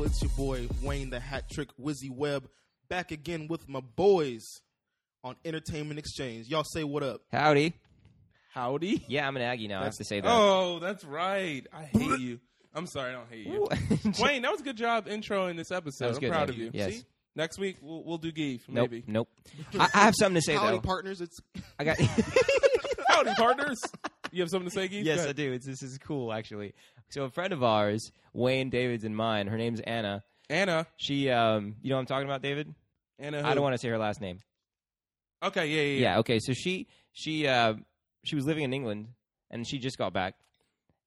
It's your boy Wayne the Hat Trick Wizzy Webb back again with my boys on Entertainment Exchange. Y'all say what up? Howdy. Howdy. Yeah, I'm an Aggie now. I have to say that. Oh, that's right. I hate you. I'm sorry, I don't hate you. Ooh. Wayne, that was a good job introing this That episode. was I'm good, proud thank of you. you. Yes. See? Next week we'll, we'll do Geef, nope. maybe. Nope. I, I have something to say Howdy though. partners. It's I got. Howdy partners. You have something to say, Geef? yes, Go I ahead. do. It's, this is cool actually. So a friend of ours, Wayne David's and mine. Her name's Anna. Anna. She, um, you know, what I'm talking about David. Anna. I don't want to say her last name. to. Okay, yeah, Uh-huh. yeah, yeah. Yeah. Okay. So she she uh, she was living in England and she just got back,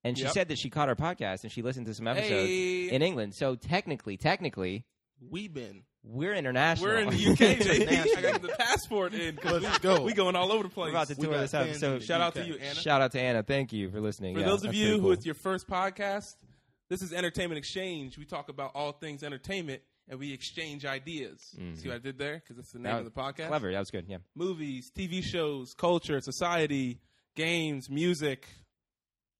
and she Yep. said that she caught our podcast and she listened to some episodes Hey. in England. So technically, technically, we been. we're international. We're in the UK, baby. International. I got the passport in. 'cause Let's we, go. we going all over the place. about to We tour got this up, fans so in the Shout out to UK. you, Anna. Shout out to Anna. Thank you for listening. For Yeah, those of that's you pretty who cool. it's your first podcast, this is Entertainment Exchange. We talk about all things entertainment and we exchange ideas. See what I did there? Because that's the name Mm-hmm. That of the podcast. Clever. That was good. Yeah. movies, TV shows, culture, society, games, music,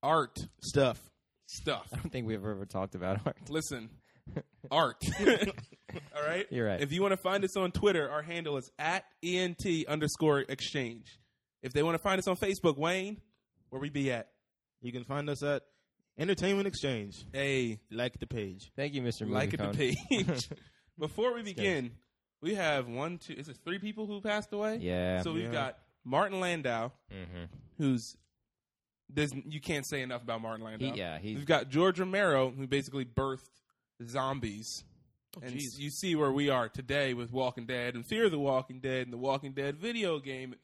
art Stuff. stuff. I don't think we've ever talked about art. Listen, art. All right? You're right. If you want to find us on Twitter, our handle is at ENT underscore exchange. If they want to find us on Facebook, Wayne, where we be at? You can find us at Entertainment Exchange. Hey, Like the page. Thank you, Mr. like it Movie to Phone. page. Before we begin, we have one, two, is it three people who passed away? Yeah. So we've Yeah. got Martin Landau, Mhm. who's there's you can't say enough about Martin Landau. He- yeah, he's- we've got George Romero, who basically birthed zombies, and Oh, jeez. you see where we are today with Walking Dead and Fear the Walking Dead and the Walking Dead video game.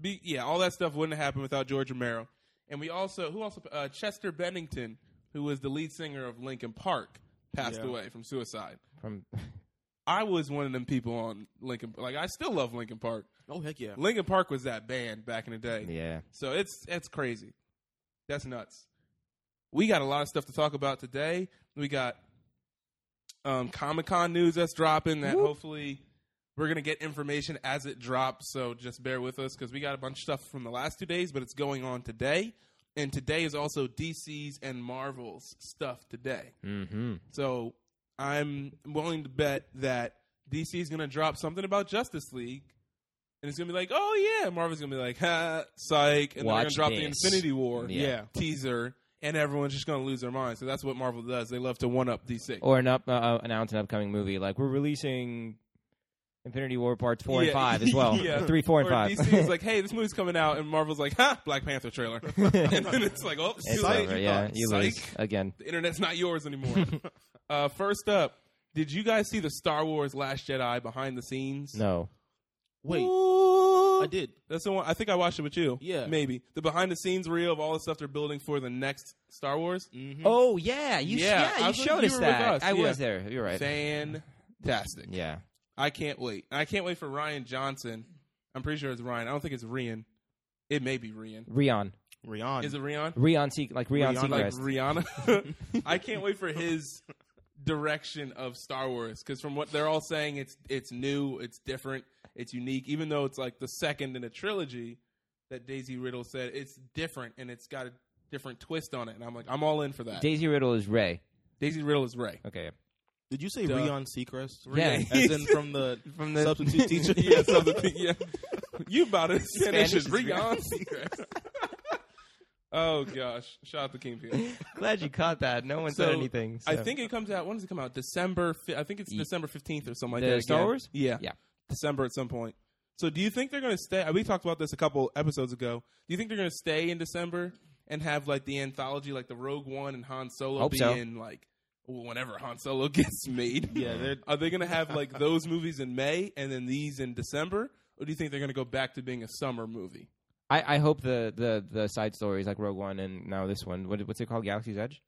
Be, yeah, all that stuff wouldn't have happened without George Romero. And we also who also uh, Chester Bennington, who was the lead singer of Linkin Park, passed Yeah. away from suicide. From I was one of them people on Linkin. Like I still love Linkin Park. Oh heck yeah. Linkin Park was that band back in the day. yeah. So it's it's crazy. That's nuts. We got a lot of stuff to talk about today. We got um, Comic Con news that's dropping. That hopefully we're gonna get information as it drops. So just bear with us because we got a bunch of stuff from the last two days, but it's going on today. And today is also DC's and Marvel's stuff today. Mm-hmm. So I'm willing to bet that DC is going to drop something about Justice League, and it's going to be like, oh yeah, Marvel's going to be like, ha, psych, and Watch they're going to drop the this. Infinity War Yeah. teaser, and everyone's just going to lose their mind. So that's what Marvel does. They love to one up DC. Or an up, uh, uh, announce an upcoming movie. Like we're releasing Infinity War parts four Yeah. and five as well. Yeah. Three, four, and Or five. DC is like, hey, this movie's coming out, and Marvel's like, ha, Black Panther trailer, and then it's like, oh, it's too late. over. You Yeah. thought, You psych. lose again. The internet's not yours anymore. uh, first up, did you guys see the Star Wars Last Jedi behind the scenes? No. Wait, Ooh. I did. That's the one. I think I watched it with you. Yeah. maybe the behind the scenes reel of all the stuff they're building for the next Star Wars. Mm-hmm. Oh yeah. You. Yeah, Yeah. I you was- showed you us were with that. us, I yeah. was there. You're right. Fantastic. Yeah. I can't wait. And I can't wait for Ryan Johnson. I'm pretty sure it's Ryan. I don't think it's Rian. It may be Rian. Rion. Rihanna. Is it Rian? Rion. Se- like Rion Rion, like Seacrest. Rihanna. I can't wait for his direction of Star Wars because from what they're all saying, it's it's new, it's different, it's unique. Even though it's like the second in a trilogy that Daisy Riddle said, it's different and it's got a different twist on it. And I'm like, I'm all in for that. Daisy Riddle is Ray. Daisy Riddle is Ray. Okay. Did you say Duh. Rion Seacrest? Yeah. As in from the From the- substitute teacher. yeah, so the, yeah. You about as Spanish Spanish as is Rion Seacrest. oh gosh! Shout out to King Peter. Glad you caught that. No one So, said anything. I so. think it comes out. When does it come out? December. Fi- I think it's Ye- December fifteenth or something like The that. Star again. Wars? Yeah, Yeah. December at some point. So, do you think they're going to stay? We talked about this a couple episodes ago. Do you think they're going to stay in December and have like the anthology, like the Rogue One and Han Solo, Hope be so. in like whenever Han Solo gets made? Yeah, they're Are they going to have like those movies in May and then these in December, or do you think they're going to go back to being a summer movie? I, I hope the, the, the side stories like Rogue One and now this one. What, what's it called? Galaxy's Edge?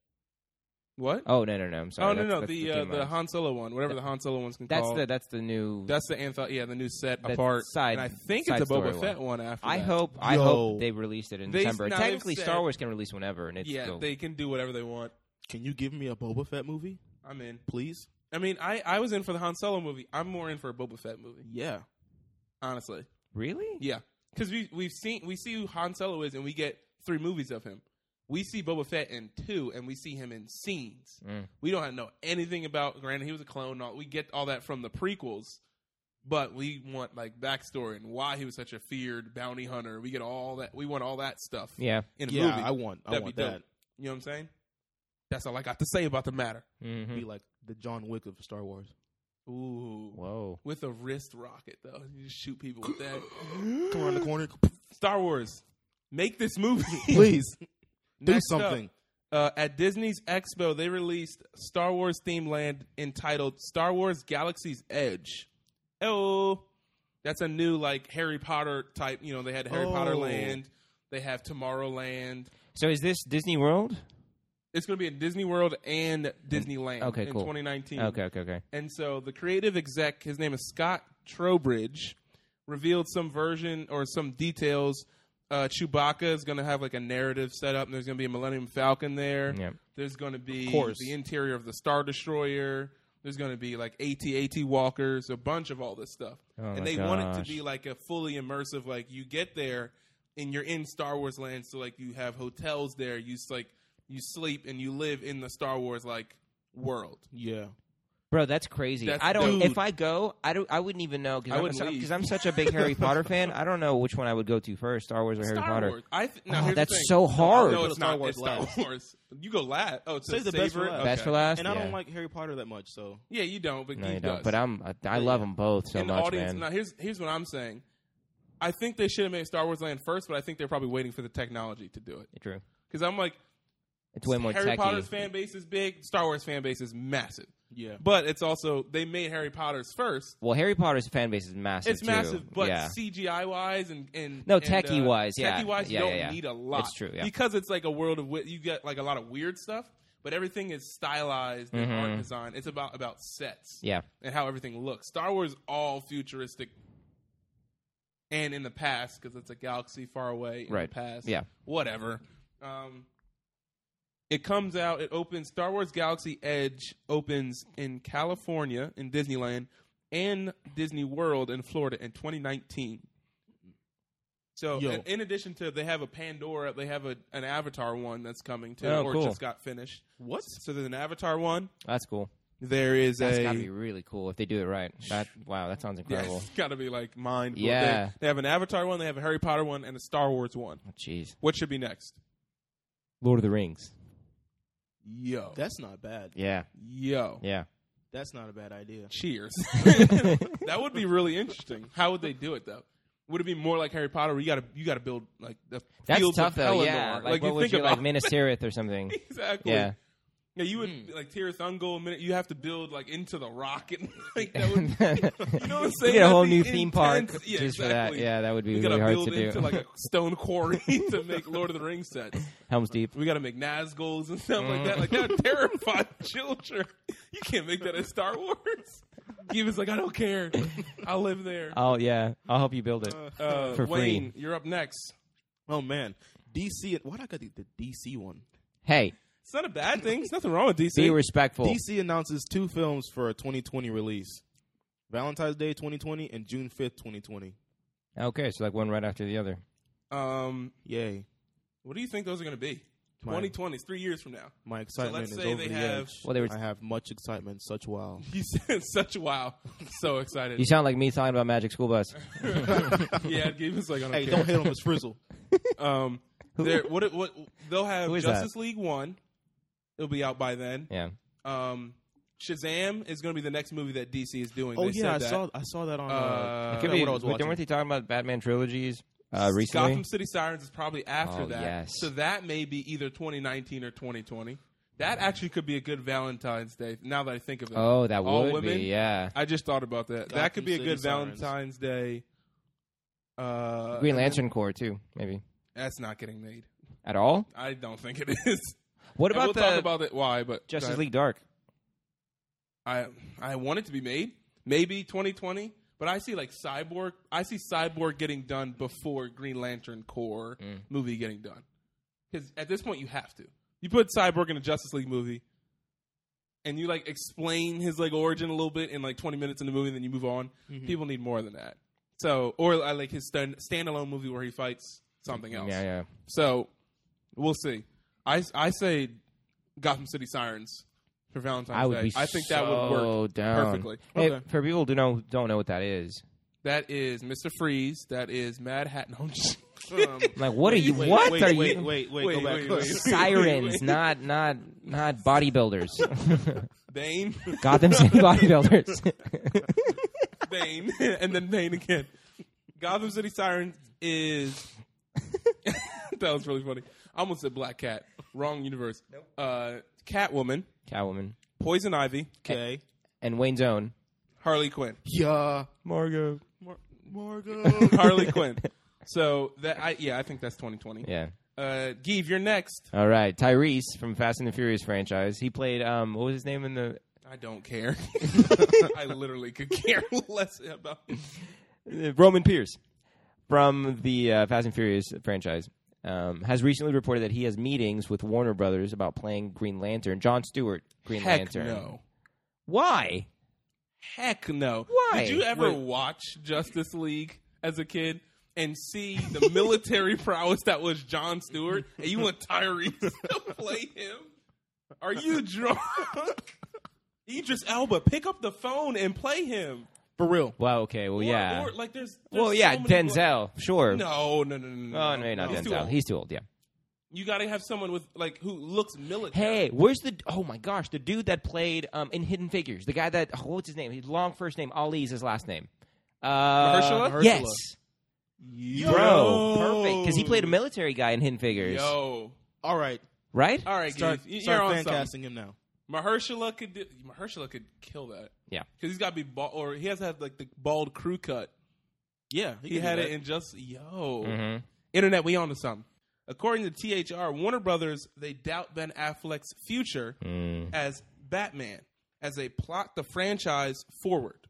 What? Oh no no no! I'm sorry. oh no That's- no that's the the, uh, Game the Lines. Han Solo one, whatever the Han Solo one's can that's call. the that's the new. That's the anthology. Yeah, the new set That apart. side- and I think side it's a Boba story Fett one after. I that. hope I Yo. hope they released it in They- December. now they've Technically, Star said- Wars can release whenever, and it's Yeah, cool. they can do whatever they want. Can you give me a Boba Fett movie, I'm in. please? I mean, I I was in for the Han Solo movie. I'm more in for a Boba Fett movie, Yeah. honestly. really. Yeah, because we we've seen we see who Han Solo is, and we get three movies of him. we see Boba Fett in two, and we see him in scenes. Mm. We don't know anything about. Granted, he was a clone. and All, we get all that from the prequels, but we want like backstory and why he was such a feared bounty hunter. We get all that. We want all that stuff Yeah. in a yeah, movie. I want, I That'd want be that. dope. you know what I'm saying? That's all I got to say about the matter. Mm-hmm. Be like the John Wick of Star Wars. Ooh, Whoa. with a wrist rocket though, you just shoot people with that. Come around the corner, Star Wars, make this movie, please do Next up, something. uh, at Disney's Expo, they released Star Wars themed land entitled Star Wars Galaxy's Edge. Oh, that's a new like Harry Potter type. You know, they had Harry Potter Oh. Land. They have Tomorrowland. So is this Disney World? It's going to be in Disney World and Disneyland okay, in cool. 2019. Okay, okay, okay. And so the creative exec, his name is Scott Trowbridge, revealed some version or some details. Uh, Chewbacca is going to have like a narrative set up, and there's going to be a Millennium Falcon there. Yeah. There's going to be Of course. the interior of the Star Destroyer. There's going to be like AT-AT walkers, a bunch of all this stuff. Oh my and they want it to gosh. be like a fully immersive, like you get there and you're in Star Wars land. So like you have hotels there. You s- like you sleep and you live in the Star Wars like world. Yeah, Bro, that's crazy. That's I don't. dope. If I go, I don't. I wouldn't even know I because I'm, would so- leave. 'cause I'm such a big Harry Potter fan. I don't know which one I would go to first, Star Wars or Harry Star Potter. Wars. I th- Oh, now, here's that's the thing. so hard. No, it's Star not. Wars it's Star last. Wars. You go last. Oh, Save to the the best for savor it. last. Best Okay. for last. and I Yeah. don't like Harry Potter that much, so Yeah, you don't. But No, he you don't. does. But I'm. I, I love them both so and the much, audience. man. Now here's here's what I'm saying. I think they should have made Star Wars Land first, but I think they're probably waiting for the technology to do it. True. Because I'm like, It's way more Harry techy. Potter's fan base is big, Star Wars fan base is massive, yeah. but it's also they made Harry Potter's first. well, Harry Potter's fan base is massive. It's too. massive, but yeah. CGI wise and and No, and, techie wise, yeah. techie wise, Yeah, you yeah, don't yeah. need a lot. It's true, yeah. because it's like a world of wi- you get like a lot of weird stuff, but everything is stylized and Mhm. art design. It's about about sets yeah. and how everything looks. Star Wars all futuristic and in the past because it's a galaxy far away in Right. the past. Yeah. whatever. Um, it comes out. It opens. Star Wars Galaxy Edge opens in California in Disneyland and Disney World in Florida in 2019. So, Yo. in, in addition to they have a Pandora, they have a, an Avatar one that's coming too, Oh, or cool. just got finished. What? So there's an Avatar one. That's cool. There is That's a got to be really cool if they do it right. That wow, that sounds Yeah, incredible. it's got to be like mind. blow- Yeah. they, they have an Avatar one, they have a Harry Potter one, and a Star Wars one. Oh, Jeez, What should be next? Lord of the Rings. Yo, That's not bad. Yeah, yo, yeah. That's not a bad idea. cheers. that would be really interesting. How would they do it though? Would it be more like Harry Potter? Where you gotta you gotta build like the That's fields tough of though. Pelennor. Yeah, like, you what would think you about like Minas Tirith or something? exactly. Yeah, Yeah, you would like Tirith Ungol. Minute you have to build like into the rock and like that would. You know what I'm you saying? get a whole That'd be new theme park intense. Yeah, just for that. exactly. Yeah, that would be We really gotta hard build to do. into like a stone quarry to make Lord of the Rings sets. Helm's Deep. We got to make Nazguls and stuff like that. Like Mm-hmm. that would terrify children. You can't make that in Star Wars. Gibbons like I don't care. I'll live there. Oh yeah, I'll help you build it. Uh, for free. Wayne, you're up next. Oh man, DC. Why would I got the, the DC one? Hey, It's not a bad thing. There's nothing wrong with DC. be respectful. DC announces two films for a 2020 release: Valentine's Day 2020 and June 5th 2020. okay, so like one right after the other. um, Yay! what do you think those are going to be? Mine. 2020 is three years from now. My excitement let's is say over they the have- edge. Well, they were- I have much excitement. Such wow. You said such a wow. So excited. You sound like me talking about Magic School Bus. yeah, Gibbons like I don't Hey, care. don't hit on this frizzle. Um, there. What? What? They'll have Who is Justice League One. It'll be out by then. Yeah, Um, Shazam is going to be the next movie that DC is doing. Oh They yeah, I said that. saw I saw that on. Uh, Uh, I It could forgot be. what I was Weren't watching. they talking about Batman trilogies uh, recently? Gotham City Sirens is probably after Oh, that. yes. So that may be either 2019 or 2020. That actually could be a good Valentine's Day. Now that I think of it, Mm-hmm. Oh, that All would women? be. Yeah, I just thought about that. Gotham that could be a City good Sirens. Valentine's Day. Uh, Green Lantern Corps too, maybe That's not getting made. at all. I don't think it is. What And about we'll the talk about it. Why? But Justice but League Dark? I I want it to be made. Maybe 2020. But I see like Cyborg. I see Cyborg getting done before Green Lantern Corps Mm. movie getting done. Because at this point, you have to. You put Cyborg in a Justice League movie, and you like explain his like origin a little bit in like 20 minutes in the movie, and then you move on. People need more than that. So, or I like his stand- standalone movie where he fights something else. Yeah, yeah. So, we'll see. I I say Gotham City Sirens for Valentine's I would Day. be. I think that would work so down. perfectly. Hey, Okay. for people who do know don't know what that is, That is Mr. Freeze. That is Mad Hat. No, I'm just- um, I'm like, what are you? Wait, what wait, are wait, you? Wait, wait, go Wait, back. wait, wait. Sirens, not not not bodybuilders. Bane, Gotham City bodybuilders. Bane, and then Bane again. Gotham City Sirens is. that was really funny. I almost said Black Cat. Wrong universe. Uh, Catwoman, Catwoman Poison Ivy, Okay. and Wayne's own Harley Quinn. Yeah. Margot. Margo. Harley Quinn. So that I yeah I think that's 2020. Yeah. Uh, Give, you're next. All right, Tyrese from Fast and the Furious franchise. He played um, what was his name in the I don't care. I literally could care less about. Uh, Roman Pierce from the uh, Fast and Furious franchise um, has recently reported that he has meetings with Warner Brothers about playing Green Lantern. John Stewart, Green Heck Lantern. no. Why? Heck no. Why? Did you ever Wait. watch Justice League as a kid and see the military prowess that was John Stewart and you want Tyrese to play him? Are you drunk? Idris Elba, pick up the phone and play him. For real. Well, okay, well, Or- yeah, or, like there's, there's well, yeah, so many Denzel, sure. bla- No, no, no, no, no. Oh, no, you're not He's too Denzel. old. He's too old. Yeah. You got to have someone with like who looks military. Hey, where's the? Oh my gosh, the dude that played um, in Hidden Figures, the guy that oh, what's his name? His long first name. Ali's his last name. Uh, Mahershala? Yes, Yo. bro, perfect. Because he played a military guy in Hidden Figures, Yo, All right. right? all right, Start, Keith, you- you're start on fan something. casting him now. Mahershala could do, Mahershala could kill that. Yeah. because he's got to be bald, or he has to have like the bald crew cut. Yeah. He, had it in just yo hmm internet. We on to something. According to THR, Warner Brothers they doubt Ben Affleck's future Mm. as Batman as they plot the franchise forward.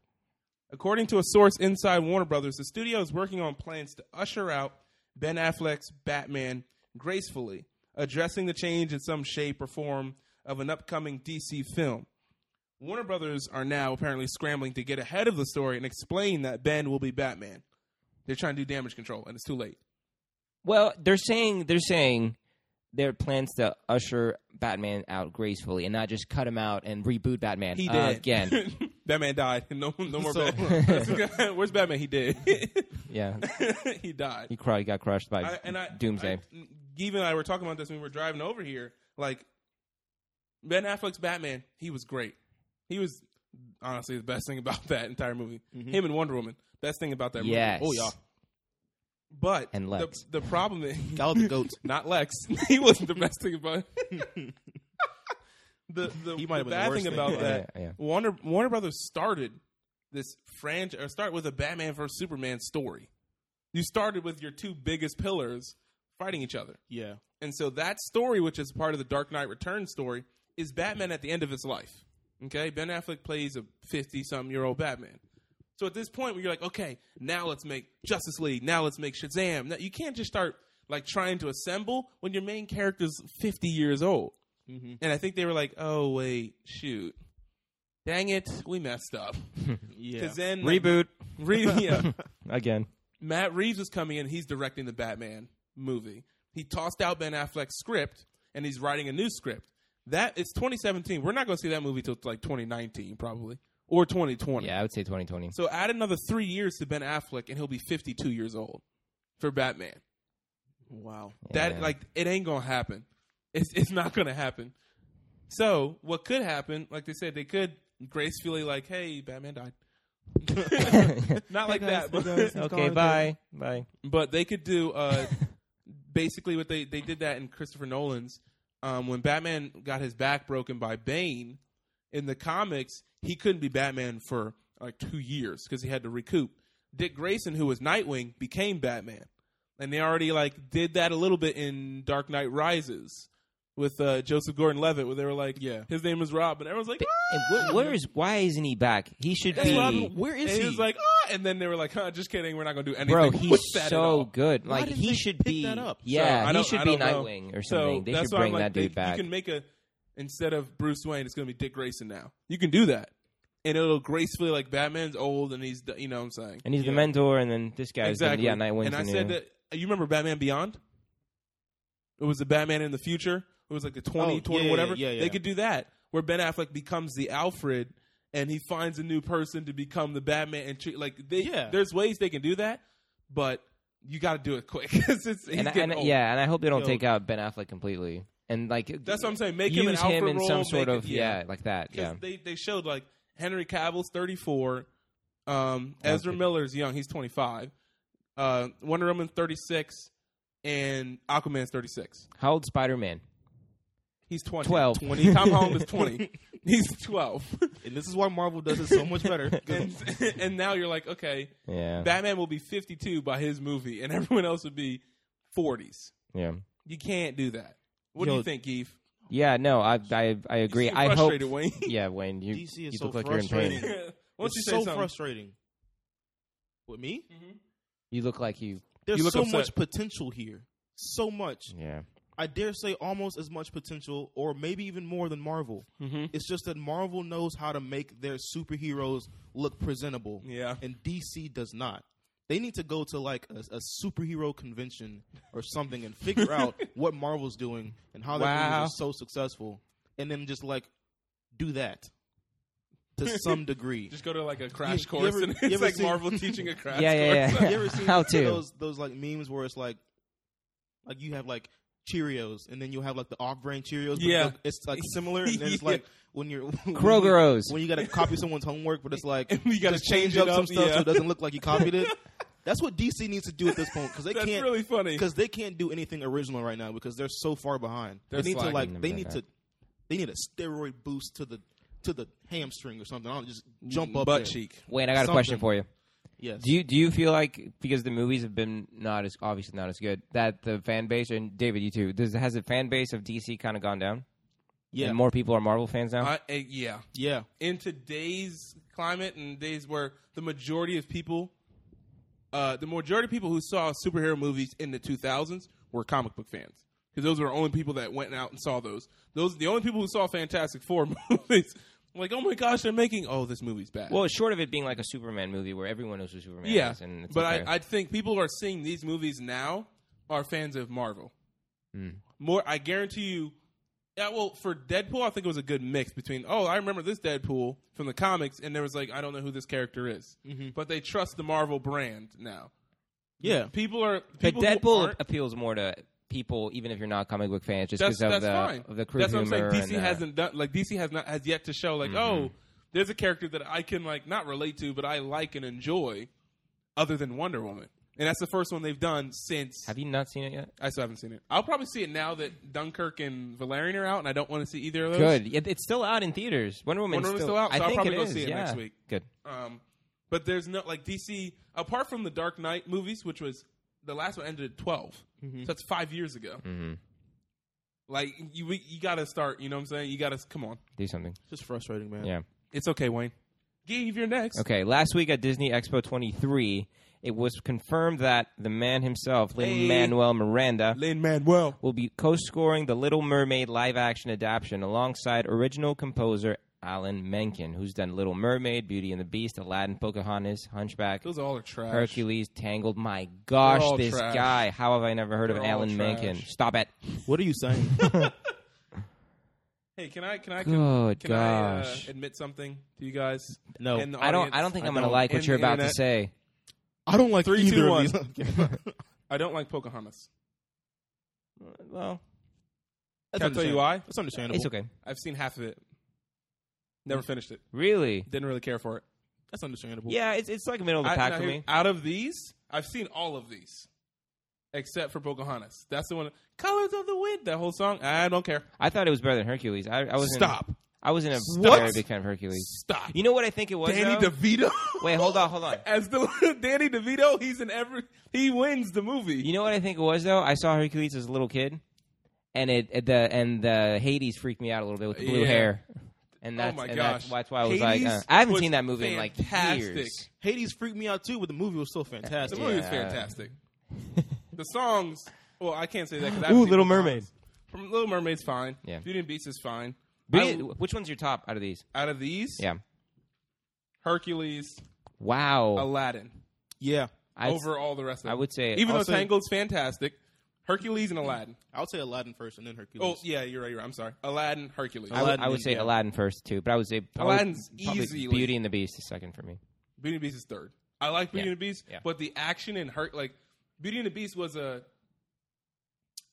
According to a source inside Warner Brothers, the studio is working on plans to usher out Ben Affleck's Batman gracefully, addressing the change in some shape or form of an upcoming DC film. Warner Brothers are now apparently scrambling to get ahead of the story and explain that Ben will be Batman. They're trying to do damage control, and it's too late. Well, they're saying they're saying their plans to usher Batman out gracefully and not just cut him out and reboot Batman He did Uh, again. Batman died. No, no more. So- Batman. Where's Batman? He did. yeah, he died. he probably got crushed by I, and I, Doomsday. I, even I were talking about this when we were driving over here. Like Ben Affleck's Batman, he was great. He was honestly the best thing about that entire movie. Him and Wonder Woman, best thing about that Mm-hmm. Yes. movie. Oh yeah. But And Lex. the, the problem is Gal the goat. not Lex. he wasn't the best thing about. the the, He might have been the the bad worst thing thing. about Yeah, that yeah, yeah. Warner Warner Brothers started this franchise or start with a Batman versus Superman story. You started with your two biggest pillars fighting each other, Yeah. and so that story, which is part of the Dark Knight Returns story, is Batman at the end of his life. Okay, Ben Affleck plays a fifty-some-year-old Batman. So at this point, where you're like, okay, now let's make Justice League. Now let's make Shazam. Now, you can't just start like trying to assemble when your main character's 50 years old. And I think they were like, oh wait, shoot, dang it, we messed up. Yeah. Because then Reboot Re- yeah. again. Matt Reeves is coming in. He's directing the Batman movie. He tossed out Ben Affleck's script and he's writing a new script. That it's 2017. We're not going to see that movie till like 2019 probably or 2020. Yeah, I would say 2020. So add another three years to Ben Affleck, and he'll be 52 years old for Batman. Wow. That Yeah. like it ain't gonna happen. It's it's not gonna happen. So what could happen? Like they said, they could gracefully like, hey, Batman died. not like that, but, okay, bye, bye. but they could do uh, basically what they they did that in Christopher Nolan's um, when Batman got his back broken by Bane in the comics. He couldn't be Batman for like two years because he had to recoup. Dick Grayson, who was Nightwing, became Batman, and they already like did that a little bit in Dark Knight Rises with uh, Joseph Gordon-Levitt, where they were like, Yeah. his name is Rob," and everyone's like, "Ah!" And wh- where is why isn't he back? He should That's be. what I'm- Where and is he he? was like, "Ah!" and then they were like, huh, "Just kidding, we're not going to do anything." Bro, with he's that at all. so good. Like didn't he they should pick be. that up? So, Yeah, I he don't- I should be don't know. Nightwing or something. they should why I'm bring like, that they- dude back. You can make a instead of Bruce Wayne, it's going to be Dick Grayson now. You can do that, and it'll gracefully like Batman's old and he's d- you know what I'm saying And he's Yeah. the mentor, and then this guy's exactly yeah Nightwing's And I the said new- that you remember Batman Beyond. It was the Batman in the future. It was like the twenty, Oh, twenty, yeah, whatever. yeah, yeah. They could do that where Ben Affleck becomes the Alfred and he finds a new person to become the Batman and treat like they, Yeah. there's ways they can do that, but you got to do it quick. 'Cause it's, he's and, I- getting and I- old. yeah, and I hope they don't Yo. take out Ben Affleck completely. And like That's what I'm saying. Make use him an Alfred in role, some sort make it- of yeah. like that. Yeah, because they they showed like Henry Cavill's 34, um, Ezra Okay. Miller's young, he's 25, uh, Wonder Woman 36, and Aquaman's 36. how old Spider Man? He's 20. 12. 20. Tom Holland is 20. He's 12. And this is why Marvel does it so much better. and, and now you're like, okay, Yeah, Batman will be 52 by his movie, and everyone else will be 40s. yeah, You can't do that. What do Yo, you think, Eve? yeah. No, I I, I agree. so I hope. frustrated, Wayne. Yeah, Wayne, you DC is you so look like you're in pain. frustrating. Once you it's say so something, frustrating. With me? You look like you. There's You look so upset. much potential here. So much. Yeah, I dare say almost as much potential, or maybe even more than Marvel. Mhm. It's just that Marvel knows how to make their superheroes look presentable. yeah, and DC does not. They need to go to like a, a superhero convention or something and figure out what Marvel's doing and how their Wow. movies are so successful, and then just like do that to some degree. Just go to like a You- crash you course, ever- and you it's ever like seen- Marvel teaching a crash yeah, course. yeah, yeah. you ever seen How to? those those like memes where it's like like you have like Cheerios and then you have like the off-brand Cheerios. but Yeah. the- it's like similar, and then it's Yeah. like when you're when you- Krogeros. when you got to copy someone's homework, but it's like And we gotta just change it some up, stuff so yeah. it doesn't look like you copied it. That's what DC needs to do at this point because they That's can't really funny. because they can't do anything original right now because they're so far behind. They're they need to slacking like them they down need there. to they need a steroid boost to the to the hamstring or something. I'll just jump up Mm, butt there. cheek. Wayne, I got a Something. question for you. Yes. Do you do you feel like because the movies have been not as obviously not as good that the fan base and David, you too, does has the fan base of DC kind of gone down? yeah. and more people are Marvel fans now. I, uh, yeah, yeah. in today's climate and days where the majority of people, uh, the majority of people who saw superhero movies in the 2000s were comic book fans because those were the only people that went out and saw those. Those the only people who saw Fantastic Four movies. Like, oh my gosh, they're making oh this movie's bad. well, short of it being like a Superman movie where everyone knows who Superman yeah, is, and it's but okay. I, I think people who are seeing these movies now are fans of Marvel. Hmm. More, I guarantee you. Yeah, well, for Deadpool, I think it was a good mix between. Oh, I remember this Deadpool from the comics, and there was like, I don't know who this character is, Mm-hmm. but they trust the Marvel brand now. Yeah. People are but people who Deadpool aren't- appeals more to people, even if you're not comic book fans, just that's because of that's the fine. of the Mm-hmm. crew that's what I'm saying. humor. and, DC uh, hasn't done like DC has not has yet to show like, oh, there's a character that I can like not relate to, but I like and enjoy, other than Wonder Woman, and that's the first one they've done since. Have you not seen it yet? I still haven't seen it. I'll probably see it now that Dunkirk and Valerian are out, and I don't want to see either of those. Good. It, it's still out in theaters. Wonder Woman's Wonder Woman's still, still out, so I I'll think probably it go is, see it yeah. next week. Good. Um, but there's no like DC apart from the Dark Knight movies, which was the last one ended at 12 Mm-hmm. so that's five years ago. Like you, we- you got to start. You know what I'm saying? You got to come on. Do something. Just frustrating, man. Yeah. It's okay, Wayne. Give your next. Okay. Last week at Disney Expo 23, it was confirmed that the man himself, Lin Manuel Miranda, Lin Manuel. will be co-scoring the Little Mermaid live-action adaptation alongside original composer Alan Menken, who's done Little Mermaid, Beauty and the Beast, Aladdin, Pocahontas, Hunchback, Those all are trash. Hercules, Tangled. My gosh, They're all this trash. guy! How have I never heard of They're all Alan Menken? trash. Stop it! What are you saying? Hey, can I? Can I? Good can I uh, gosh. admit something to you guys? No. And the I don't. audience? I don't think I am I going to don't. like what And you're the about to internet. say. I don't like Three, either two, of one. these. I don't like Pocahontas. Well, That's Can I tell understandable. you why? That's understandable. it's okay. I've seen half of it. Never finished it. Really? Didn't really care for it. That's understandable. Yeah, it's it's like middle of the I- pack now for here- me. Out of these, I've seen all of these. Except for Pocahontas. That's the one. Colors of the Wind, that whole song. I don't care. I thought it was better than Hercules. I, I was Stop. I wasn't a Stop. very big fan of Hercules. Stop. You know what I think it was? Danny though? DeVito? Wait, hold on, hold on. As the Danny DeVito, he's in every. He wins the movie. You know what I think it was though? I saw Hercules as a little kid, and it it- the and the Hades freaked me out a little bit with the blue Yeah. hair, and that's oh my and gosh. that's, that's why I was like, Hades uh, I haven't was seen that movie fantastic. in like years. Hades freaked me out too, but the movie was still The fantastic. movie was Yeah. fantastic. the songs, well, I can't say that. 'cause I've Ooh, seen Little the songs. Mermaid. From Little Mermaid's fine. Yeah. Beauty and Beast is fine. Really? I- Which one's your top out of these? out of these, Yeah. Hercules, Wow. Aladdin, Yeah. I'd- over all the rest of them. Oh. I would say even I'll though say- Tangled's fantastic, Hercules and Aladdin. I would say Aladdin first and then Oh Hercules. yeah, you're right. You're right. I'm sorry. Aladdin, Hercules, I would, I Aladdin, would say yeah. Aladdin first too, but I would say probably- Aladdin's probably easily- Beauty and the Beast is second for me. Beauty and the Beast is third. I like Beauty Yeah. and the Beast, Yeah. but the action in Her like Beauty and the Beast was a,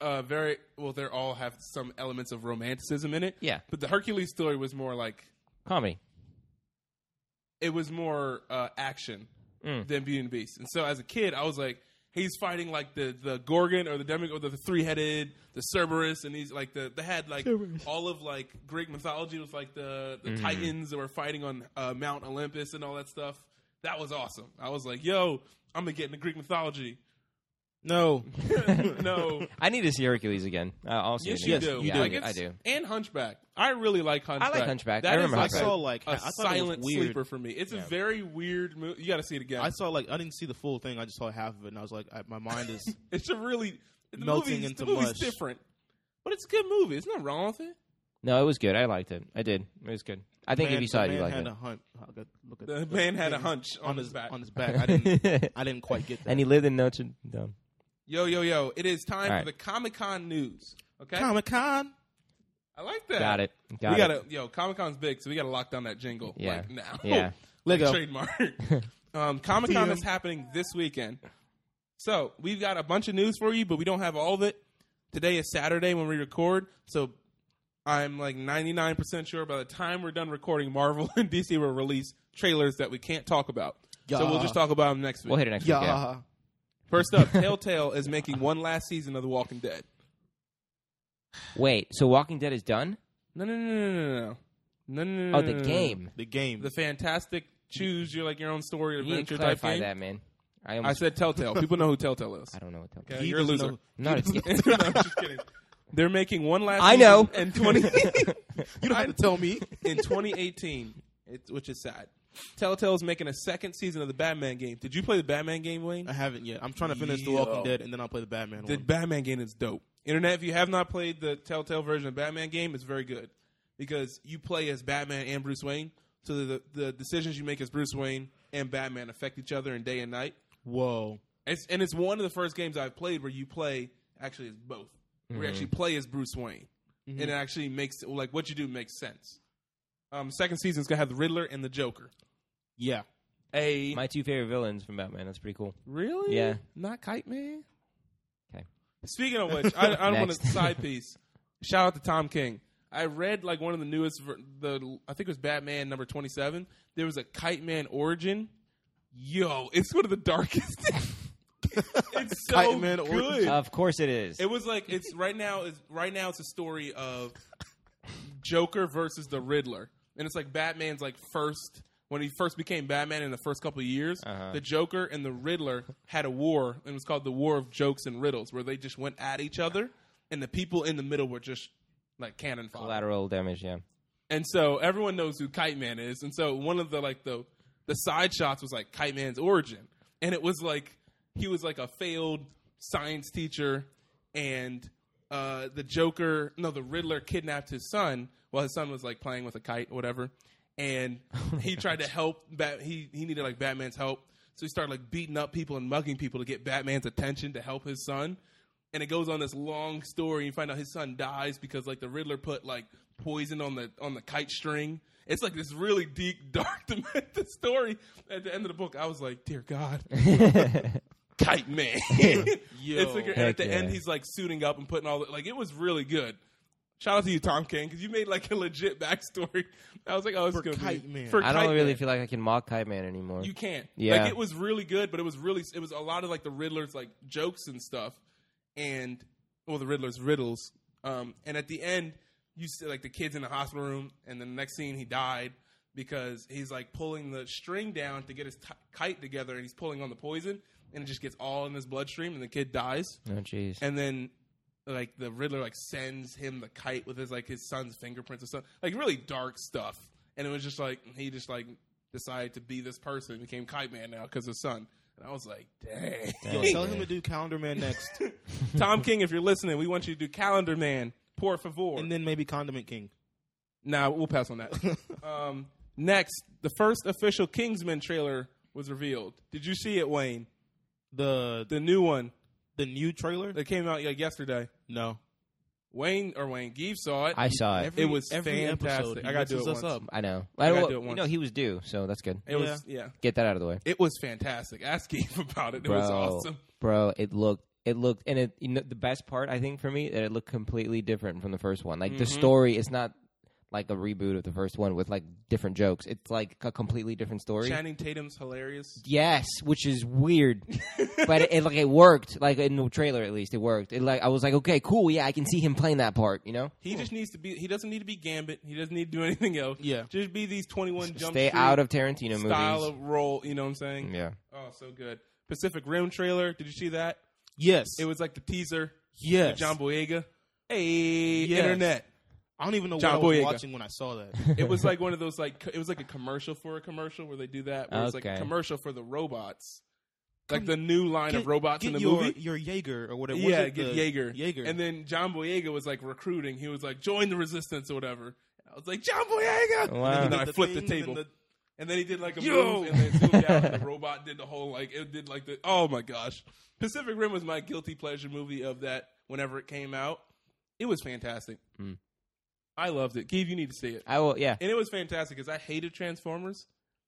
a very well. They all have some elements of romanticism in it. Yeah, But the Hercules story was more like comedy. it was more uh, action Mm. than Beauty and the Beast. And so as a kid, I was like, he's fighting like the the Gorgon or the Demig or the, three headed, the Cerberus, and he's like the they had like all of like Greek mythology was like the Mm-hmm. the Titans that were fighting on uh, Mount Olympus and all that stuff. That was awesome. I was like, yo, I'm gonna get into Greek mythology. No. no, I need to see Hercules again. Uh, I'll see yes, it you Yes, again. do. you Yeah, do. I Like, do. I it's- do. And Hunchback. I really like Hunchback. Hunchback. That I is, remember I like, Hunchback. saw like A I thought silent it was weird. sleeper for me. It's Yeah. a very weird movie. You got to see it again. I saw like I didn't see the full thing. I just saw half of it, and I was like, I, my mind is It's a really the Melting movie's, into the movie's mush. different, but it's a good movie. It's not wrong with it. No, it was good. I liked it. I did. It was good. I think if Man- you saw the it, you man liked had it. a hunt. I got- look at- The look man at had a things hunch on, on his, back. on his back. I didn't. I didn't quite get that. and he lived in Notre Dame. yo, yo, yo! It is time All for right. the Comic Con news. Okay, Comic Con. I like that. Got it. Got we it. gotta yo. Comic Con's big, so we gotta lock down that jingle Yeah. like now. Yeah. Let go. trademark. um, Comic Con DM. is happening this weekend. So we've got a bunch of news for you, but we don't have all of it. Today is Saturday when we record, so I'm like 99% sure by the time we're done recording, Marvel and DC will release trailers that we can't talk about. So Yeah. we'll just talk about them next week. We'll hit it next Yeah. week. uh-huh. Yeah. First up, Telltale is making one last season of The Walking Dead. Wait, so Walking Dead is done? No, no, no, no, no, no. No, no, no, no, Oh, the no, no. game. The game. The fantastic choose your like your own story You need to adventure type clarify game. that, man. I I almost, said Telltale. People know who Telltale is. I don't know what that Okay, was. He you're a doesn't loser. No, it's- No, I'm just kidding. They're making one last. I know. season in twenty you don't have to tell me. in 2018, it's, which is sad. Telltale's making a second season of the Batman game. Did you play the Batman game, Wayne? I haven't yet. I'm trying to finish The Yo. Walking Dead, and then I'll play the Batman The one. Batman game is dope. Internet, if you have not played the Telltale version of Batman game, it's very good because you play as Batman and Bruce Wayne. So the the decisions you make as Bruce Wayne and Batman affect each other in day and night. Whoa. It's, and it's one of the first games I've played where you play actually it's both. Where you actually play as Bruce Wayne, and it actually makes like what you do makes sense. Um, second season's gonna have the Riddler and the Joker. Yeah. A My two favorite villains from Batman. That's pretty cool. really? Yeah. not Kite Man. 'Kay. Speaking of which, I, I don't want to Next. side piece. Shout out to Tom King. I read like one of the newest, ver- the I think it was Batman number twenty seven. There was a Kite Man origin. Yo, it's one of the darkest. it's so Kite Man good. origin. Of course it is. It was like it's right now is right now it's a story of Joker versus the Riddler. And it's like Batman's like first when he first became Batman in the first couple of years, Uh-huh. the Joker and the Riddler had a war and it was called the War of Jokes and Riddles where they just went at each other and the people in the middle were just like cannon fodder. Collateral damage, yeah. And so everyone knows who Kite Man is. And so one of the like the the side shots was like Kite Man's origin. And it was like he was like a failed science teacher and uh the Joker no the Riddler kidnapped his son while his son was like playing with a kite or whatever. And he tried to help Bat he he needed like Batman's help. So he started like beating up people and mugging people to get Batman's attention to help his son and it goes on this long story. You find out his son dies because like the Riddler put like poison on the on the kite string. It's like this really deep, dark, demented story. At the end of the book, I was like, "Dear God, kite man!" it's like, and at Heck the end, yeah. he's like suiting up and putting all the, like it was really good. Shout out to you, Tom King, because you made like a legit backstory. I was like, "Oh, it's For gonna Kite be Man. for I Kite don't really Man. feel like I can mock Kite Man anymore. You can't. Yeah. Like it was really good, but it was really it was a lot of like the Riddler's like jokes and stuff, and well, the Riddler's riddles. Um, and at the end, you see like the kids in the hospital room, and then the next scene he died because he's like pulling the string down to get his t- kite together, and he's pulling on the poison, and it just gets all in his bloodstream, and the kid dies. oh, jeez. And then like the Riddler like sends him the kite with his like his son's fingerprints or something. Like really dark stuff. And it was just like he just like decided to be this person, became Kite Man now because his son. And I was like, dang. Yo, Dang. tell him to do Calendar Man next, Tom King, if you're listening, we want you to do Calendar Man, por favor. and then maybe Condiment King. nah, we'll pass on that. um, next, the first official Kingsman trailer was revealed. Did you see it, Wayne? The, The new one. The new trailer? That came out like yesterday. No. Wayne or Wayne Geef saw it. I saw it. Every- it was fantastic. he I gotta do messes it us once. up. I know. I I gotta know. do it You once. know he was due, so that's good. It was yeah. Get that out of the way, It was fantastic. Ask Geef about it. It bro. was awesome. Bro, it looked. It looked, and it you know the best part I think for me that it looked completely different from the first one. Like the Mhm. story, it's not like a reboot of the first one with like different jokes. It's like a completely different story. Channing Tatum's hilarious. Yes, which is weird, but it, it like it worked. Like in the trailer, at least it worked. It like I was like, okay, cool, yeah, I can see him playing that part. You know, He just needs to be. He doesn't need to be Gambit. He doesn't need to do anything else. Yeah. Just be these twenty one jump. stay Street out of Tarantino style movies. of role. You know what I'm saying? yeah, Oh, so good. Pacific Rim trailer. Did you see that? Yes. It was like the teaser. yes. with John Boyega. Hey, Yes. internet. I don't even know John what I was Boyega. watching when I saw that. It was like one of those like co- it was like a commercial for a commercial where they do that. Where It's like a Okay. commercial for the robots, like Come- the new line of robots get in the your, movie. Your Jaeger or whatever. yeah, Was it get the- Jaeger. Jaeger. And then John Boyega was like recruiting. He was like, join the resistance or whatever. I was like, John Boyega. Wow. And then did I flipped the thing, and table. then And then he did like a Yo! move, and then zoomed out, and the robot did the whole like it did like the oh my gosh, Pacific Rim was my guilty pleasure movie of that. Whenever it came out, it was fantastic. Mm. I loved it. Keith, you need to see it, I will. Yeah, and it was fantastic because I hated Transformers,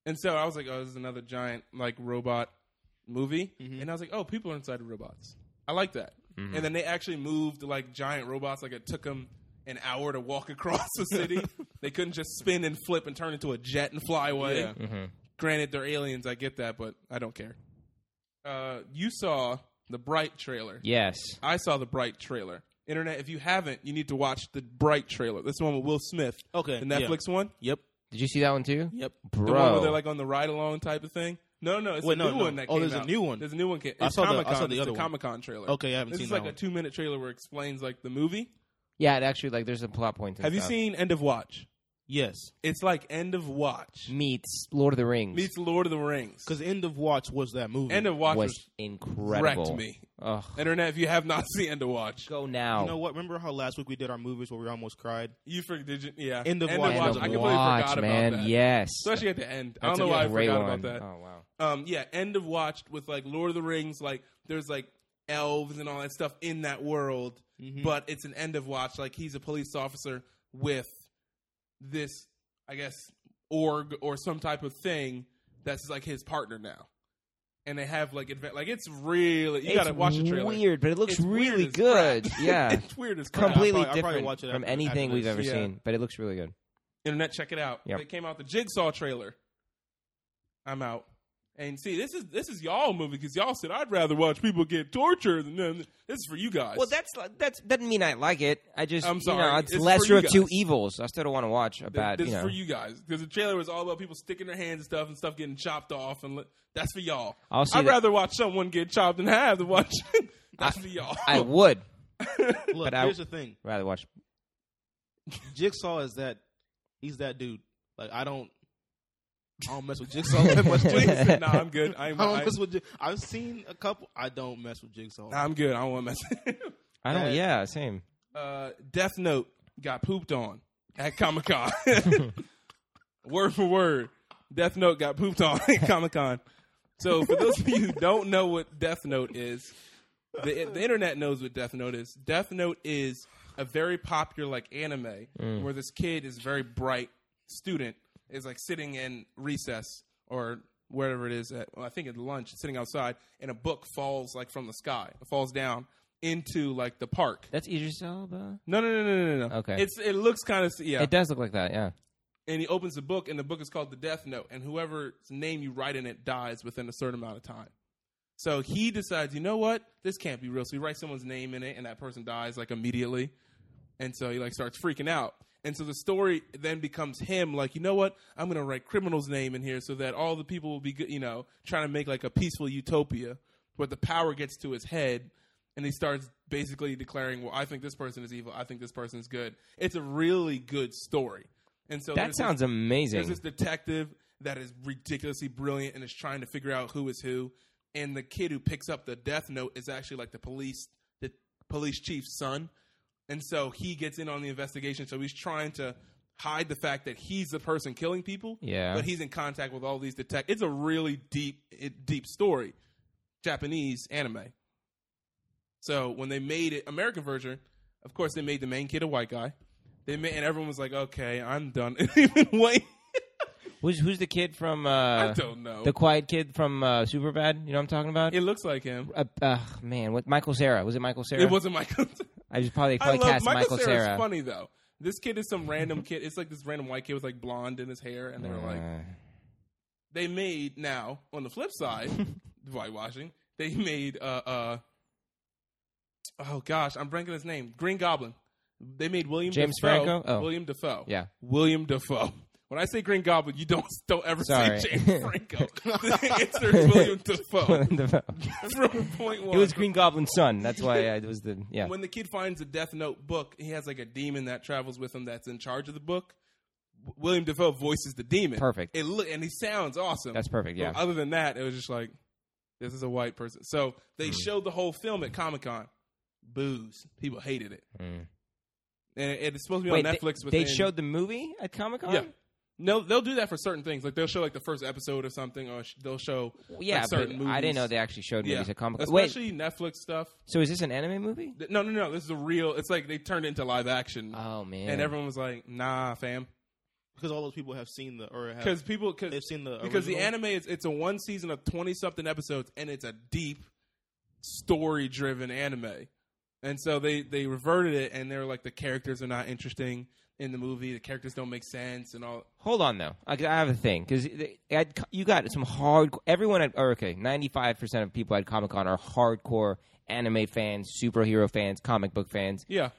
and so I was like, oh, this is another giant like robot movie, Mhm. and I was like, oh, people are inside of robots. I like that, and then they actually moved like giant robots. Like it took them an hour to walk across the city. they couldn't just spin and flip and turn into a jet and fly away. Yeah. hmm Granted, they're aliens. I get that, but I don't care. Uh, you saw the Bright trailer. yes. I saw the Bright trailer. Internet, if you haven't, you need to watch the Bright trailer. This one with Will Smith, Okay. the Netflix one. Yep. Did you see that one too? Yep. Bro, The one where they're like on the ride along type of thing. No, no, it's Wait, a no, new no. one that Oh, came there's a out. new one. There's a new one. Ca- I it's saw the- I Comic Con. saw the It's other a one. Comic Con trailer. Okay, I haven't this seen is that like a one. two minute trailer where it explains like the movie. yeah. It actually like there's a plot point. Have you seen End of Watch? Yes. It's like End of Watch meets Lord of the Rings? meets Lord of the Rings. Because End of Watch was that movie. End of Watch was was incredible. wrecked me. Ugh. Internet, if you have not seen End of Watch, Go now. You know what? Remember how last week we did our movies where we almost cried? you for, did you, yeah. End of Watch. And Watch, the I completely watch, forgot man. about that. Yes. Especially at the end. I That's don't know a why I great forgot one. about that. Oh wow. Um, yeah, End of Watch with like Lord of the Rings. Like there's like elves and all that stuff in that world, Mm-hmm. Mhm. but it's an End of Watch. Like he's a police officer with this, I guess, org or some type of thing that's like his partner now, and they have like adve- like it's really you It's gotta watch the trailer. Weird, but it looks It's weird really as crap. good. Yeah. it's weird as crap. Completely I'll probably different watch it from after- anything after we've this. ever Yeah. seen, but it looks really good. Internet, check it out. Yep. They came out the Jigsaw trailer. I'm out. And see, this is this is y'all movie because y'all said I'd rather watch people get tortured than them." this is for you guys. Well, that's li- that's doesn't mean I like it. I just I'm you know, sorry. it's, It's for lesser you of two guys. evils. I still don't want to watch a Th- bad. this you is know, for you guys because the trailer was all about people sticking their hands and stuff and stuff getting chopped off and li- that's for y'all. I'll see would that- rather watch someone get chopped in half than watch. that's for y'all. I would Look, But I- here's the thing. rather watch. Jigsaw is that. He's that dude. Like I don't. I don't mess with Jigsaw that much. Wait, Jigsaw. he said, nah, I'm good. I, I don't I, mess with. Jig- I've seen a couple. I don't mess with Jigsaw. nah, I'm good. I don't want to mess. I don't. That- Yeah, same. uh, Death Note got pooped on at Comic Con. word for word, Death Note got pooped on at Comic Con. So for those of you who don't know what Death Note is, the, the internet knows what Death Note is. Death Note is a very popular like anime where this kid is very bright student is like sitting in recess or wherever it is at well, I think at lunch sitting outside and a book falls like from the sky it falls down into like the park That's Idris Elba. no, no, no, no, no, no. Okay. It's it looks kind of yeah. It does look like that. Yeah. and he opens the book, and the book is called the Death Note, and whoever's name you write in it dies within a certain amount of time. So he decides, you know what, this can't be real. So he writes someone's name in it, and that person dies like immediately, and so he like starts freaking out. And so the story then becomes him like, you know what, I'm gonna write criminal's name in here so that all the people will be good, you know, trying to make like a peaceful utopia. But the power gets to his head, and he starts basically declaring, well, I think this person is evil. I think this person is good. It's a really good story. And so That there's this- sounds amazing. there's this detective that is ridiculously brilliant and is trying to figure out who is who. And the kid who picks up the death note is actually like the police, the police chief's son. And so he gets in on the investigation. So he's trying to hide the fact that he's the person killing people. Yeah. But he's in contact with all these detectives. It's a really deep, it, deep story. Japanese anime. So when they made it American version, of course they made the main kid a white guy. They made, and everyone was like, "Okay, I'm done." Even Wayne, Who's who's the kid from I uh, don't know. the quiet kid from uh, Superbad? You know what I'm talking about? it looks like him. uh, uh, man, what Michael Sarah was it? Michael Sarah? It wasn't Michael. I just probably, I probably love cast Michael, Michael Cera's Sarah. Funny though. This kid is some random kid. It's like this random white kid with like blonde in his hair, Uh, and they were like, they made now on the flip side, whitewashing. They made uh uh oh gosh, I'm blanking his name. Green Goblin. They made William James Dafoe, Franco? Oh. William Defoe. Yeah. William Defoe. When I say Green Goblin, you don't don't ever Sorry. say James Franco. the answer is William Defoe from point one. it was Green Goblin's son. That's why I, it was the yeah. When the kid finds a Death Note book, he has like a demon that travels with him that's in charge of the book. W- William Defoe voices the demon. Perfect. It look and he sounds awesome. That's perfect. Yeah. But other than that, it was just like, this is a white person. So Mm. they showed the whole film at Comic Con. Booze. People hated it. Mm. And it- it's supposed to be Wait, on they, Netflix. they within- showed the movie at Comic Con. Yeah. No, they'll do that for certain things. Like they'll show like the first episode or something, or sh- they'll show like, Yeah, but certain I didn't movies. know they actually showed Yeah. movies at Comic Con. Wait, Especially Netflix stuff. so is this an anime movie? Th- No, no, no. This is a real. It's like they turned it into live action, Oh man! and everyone was like, "Nah, fam," because all those people have seen the or have because people they've because seen the because the original. anime is it's a one season of 20 something episodes and it's a deep story driven anime and so they they reverted it and they're like the characters are not interesting in the movie the characters don't make sense and all Hold on though, I, I have a thing because you got some hard. Everyone at or okay, ninety five percent of people at Comic Con are hardcore anime fans, superhero fans, comic book fans, yeah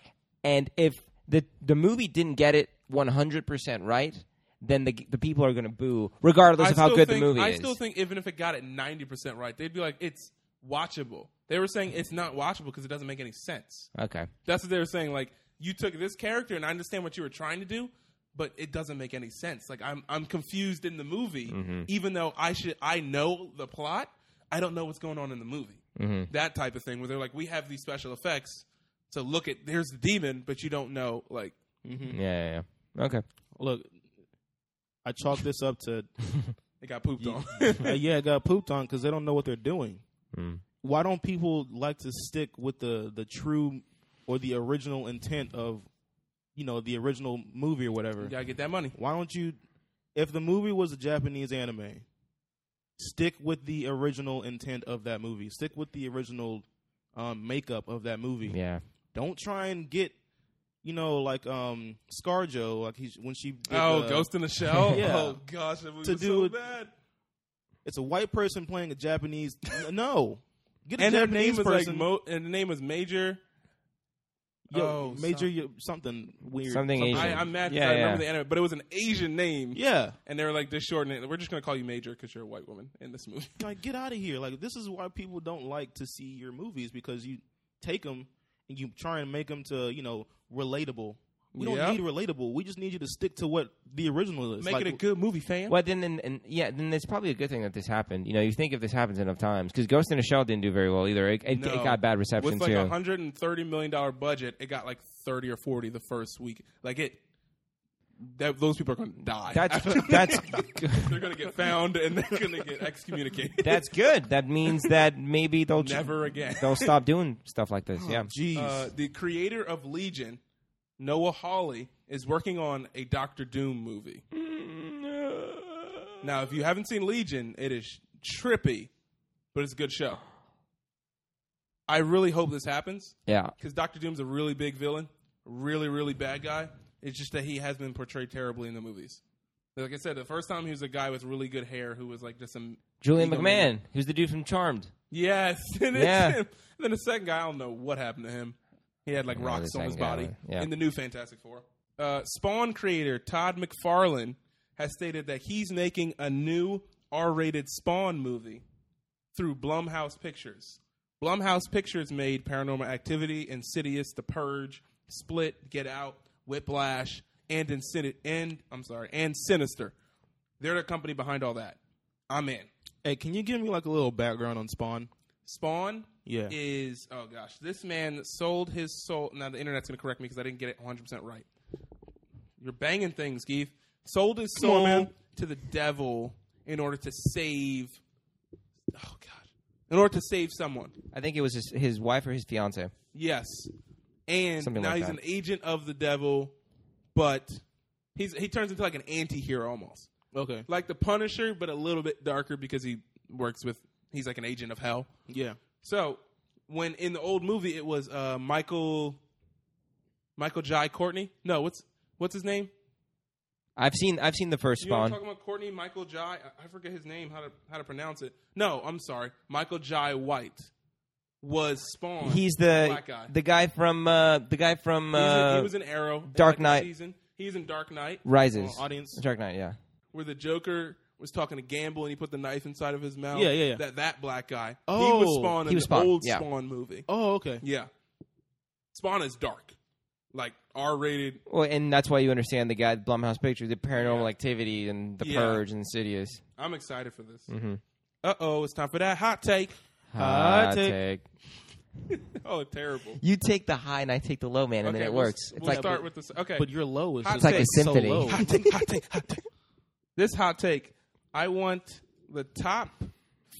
and if the the movie didn't get it one hundred percent right, then the the people are going to boo, regardless of how still good think, the movie I is. still think even if it got it 90% right they'd be like it's watchable they were saying it's not watchable because it doesn't make any sense okay, that's what they were saying like you took this character and i understand what you were trying to do but it doesn't make any sense like i'm i'm confused in the movie Mm-hmm. even though i should i know the plot i don't know what's going on in the movie Mm-hmm. that type of thing where they're like we have these special effects to look at there's the demon but you don't know like yeah, yeah, yeah. okay. Look, I chalk this up to it got pooped on uh, yeah, it got pooped on because they don't know what they're doing. Mm. Why don't people like to stick with the the true or the original intent of you know the original movie or whatever? you gotta get that money Why don't you? If the movie was a Japanese anime, stick with the original intent of that movie. Stick with the original um, makeup of that movie. Yeah, Don't try and get, you know, like um, ScarJo, like he's when she did, oh uh, ghost in the shell yeah. oh gosh that movie To was do so it- bad It's a white person playing a Japanese. n- no, get a and her name Japanese was like person. Mo- and the name was major Yo, Oh, major yo- something weird. Something Asian. I, I'm mad 'cause Yeah, I yeah. remember the anime, but it was an Asian name. Yeah, And they were like, just shorten it. We're just going to call you Major because you're a white woman in this movie. like get out of here. Like this is why people don't like to see your movies because you take them and you try and make them to you know relatable. We don't Yeah. need relatable. We just need you to stick to what the original is. Make Like, it a good movie, fam. Well, then, then, and yeah, then it's probably a good thing that this happened. You know, you think if this happens enough times, because Ghost in the Shell didn't do very well either. It, it, it No. got bad reception With like too. a $130 million budget, it got like 30 or 40 the first week. Like it, that, those people are going to die. that's that's they're going to get found and they're going to get excommunicated. that's good. That means that maybe they'll ch- Never again. they'll stop doing stuff like this. Yeah, jeez. Uh, the creator of Legion, Noah Hawley, is working on a Doctor Doom movie. Now, if you haven't seen Legion, it is trippy, but it's a good show. I really hope this happens yeah. because Doctor Doom's a really big villain, really, really bad guy. It's just that he has been portrayed terribly in the movies. Like I said, the first time he was a guy with really good hair who was like just some Julian Ego McMahon, who's the dude from Charmed. yes, and it's Yeah. him. And then the second guy, I don't know what happened to him. He had like Yeah, rocks the on his second guy, body yeah. in the new Fantastic Four. Uh, Spawn creator Todd McFarlane has stated that he's making a new R-rated Spawn movie through Blumhouse Pictures. Blumhouse Pictures made Paranormal Activity, Insidious, The Purge, Split, Get Out, Whiplash, and Insid- and I'm sorry, and Sinister. They're the company behind all that. I'm in. hey, can you give me like a little background on Spawn? Spawn Yeah. is oh gosh, this man sold his soul. Now the internet's gonna correct me because I didn't get it 100 percent right. You're banging things, Geef. Sold his on, soul man. to the devil in order to save. Oh god, in order to save someone. I think it was his, his wife or his fiance. Yes, and Something now like he's that. an agent of the devil, but he's he turns into like an anti-hero almost, Okay. like the Punisher, but a little bit darker because he works with he's like an agent of hell. Yeah. So when in the old movie it was uh, Michael Michael Jai Courtney. No, what's what's his name? I've seen I've seen the first You know what I'm Spawn. talking about Courtney Michael Jai. I- I forget his name. How to how to pronounce it? No, I'm sorry. Michael Jai White was Spawn. He's the black guy. the guy from uh, the guy from He's in- uh, he was in Arrow. in, Dark like, the Knight. season. He's in Dark Knight Rises. Well, audience. Dark Knight, yeah. where the Joker was talking to Gamble and he put the knife inside of his mouth. Yeah, yeah, yeah. That that black guy. he was Oh. Spawn in He was the Spawn, old yeah. Spawn movie. Oh, okay. Yeah, Spawn is dark, like R-rated. Well, and that's why you understand the guy Blumhouse Pictures, the Paranormal Yeah. Activity and the Yeah. Purge and Insidious. I'm excited for this. Mm-hmm. Uh oh, it's time for that hot take. Hot Hot take. take. Oh, terrible. You take the high and I take the low, man, and okay, then it we'll- works. We'll it's like start with this. Okay, But your low is Hot just It's like a so symphony. low. hot take, hot take, hot take. This hot take. I want the top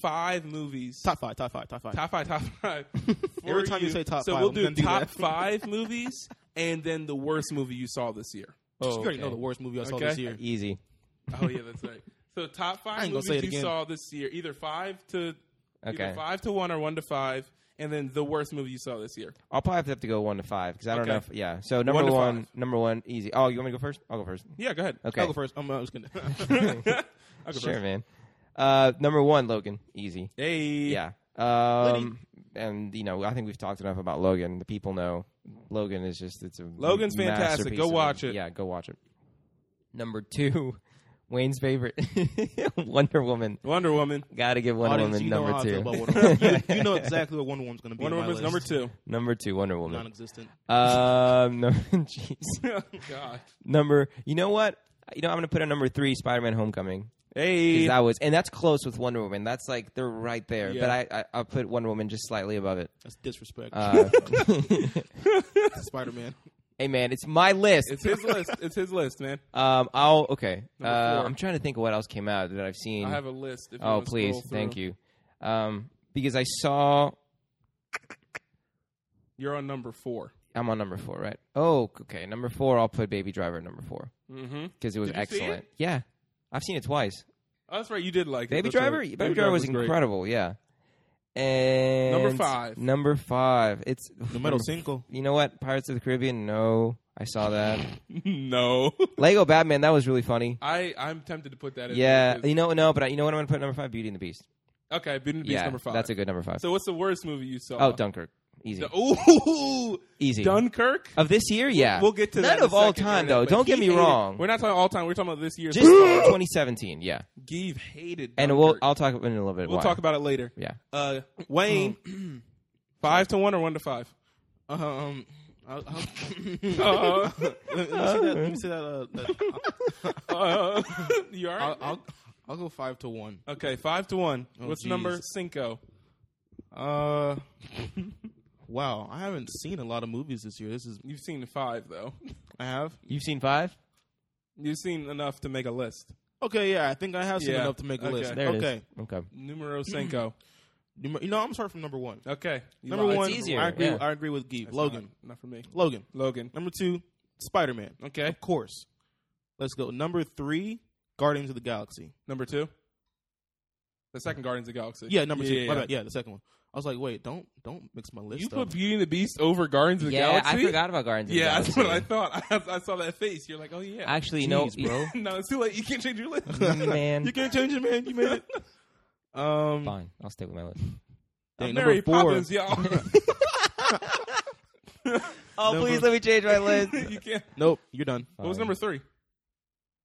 five movies. Top five, top five, top five. Top five, top five. for Every time you say top so five, we'll I'm do gonna do top that. five movies and then the worst movie you saw this year. Oh, you already know okay. the worst movie I saw Okay. this year. easy. Oh yeah, that's right. So top I five ain't gonna movies say it you again. saw this year, either five to Okay. either five to one or one to five, and then the worst movie you saw this year. I'll probably have to go one to five because I don't Okay. know. If, yeah. So number One to one, five. number one, easy. Oh, you want me to go first? I'll go first. Yeah, go ahead. Okay. I'll go first. I'm, uh, just kidding. I'll go Sure, first. man. Uh, number one, Logan, easy. Hey. Yeah. Um, and you know, I think we've talked enough about Logan. The people know Logan is just it's a Logan's fantastic. masterpiece Go of a- watch it. Yeah, go watch it. Number two, Wayne's favorite, Wonder Woman. Wonder Woman. Got to give Wonder Audience, Woman you know number how I feel about two. Wonder Woman. you, you know exactly what Wonder Woman's going to be. Wonder on my Woman's list. number two. number two, Wonder Woman. Non-existent. Um, no, jeez. oh, God. Number. You know what? You know I'm gonna put a number three, Spider-Man: Homecoming. Hey. Because that was, and that's close with Wonder Woman. That's like they're right there. Yeah. But I, I, I'll put Wonder Woman just slightly above it. That's disrespect. Uh, Spider-Man. hey man, it's my list. it's his list. It's his list, man. um, I'll okay. Number Uh, four. I'm trying to think of what else came out that I've seen. I have a list. If you oh wanna please, scroll through. thank you. Um, because I saw You're on number four. I'm on number four, right? Oh, okay. Number four, I'll put Baby Driver at number four Mm-hmm. because it was Did you see it? excellent. Yeah, I've seen it twice. Oh, that's right. You did like it. Baby That's Driver, right. Baby, Driver was, great. incredible. Yeah. And five. Number five. It's Numero cinco. You know what? Pirates of the Caribbean. No, I saw that. no, Lego Batman. That was really funny. I I'm tempted to put that in. Yeah, there, you know no, but I, you know what? I'm gonna put number five, Beauty and the Beast. too. Okay. Beauty and the Beast yeah, number five. that's a good number five. So what's the worst movie you saw? oh, Dunkirk, easy, The- Ooh, easy. Dunkirk. of this year, yeah. We'll get to none that in of a all second, time right? though. But Don't get he me hated- wrong. We're not talking all time. We're talking about this year's. Just Just 2017, yeah. Give hated. And we'll Dunkirk. I'll talk about it in a little bit. we'll why. talk about it later. yeah. Uh, Wayne, five to one or one to five? Um, I'll, I'll, Uh, let, let me see that. Uh-huh. Let me see that, uh, that uh, you all right? I'll, I'll, I'll go five to one. okay, five to one. What's geez. number cinco? Uh, wow. I haven't seen a lot of movies this year. This is You've seen five though. I have. You've seen five? You've seen enough to make a list. Okay, yeah. I think I have seen Yeah, enough to make a okay. list. There it is. okay. Okay. Numero cinco. You know, I'm starting from number one. Okay, you Number lied. one, It's easier, I agree. yeah. I agree with Geeve. That's Logan. not, not for me. Logan. Logan. Number two, Spider Man. Okay, Of course. Let's go. Number three, Guardians of the Galaxy. number two. The second Guardians of the Galaxy. Yeah, number two. Yeah, My yeah. bad. Yeah, the second one. I was like, wait, don't don't mix my list You up. put Beauty and the Beast over Guardians of the yeah, Galaxy. I forgot about Guardians of the Yeah, that's Galaxy. what I thought. I, I saw that face. You're like, oh yeah. Actually, no, Jeez, bro. no, it's too late. You can't change your list. man. you can't change it, man. You made it. Um, Fine, I'll stay with my list. dang, number Mary four. Poppins, y'all. Oh, Number- please let me change my list. you can't. Nope, you're done. What was Fine. number three?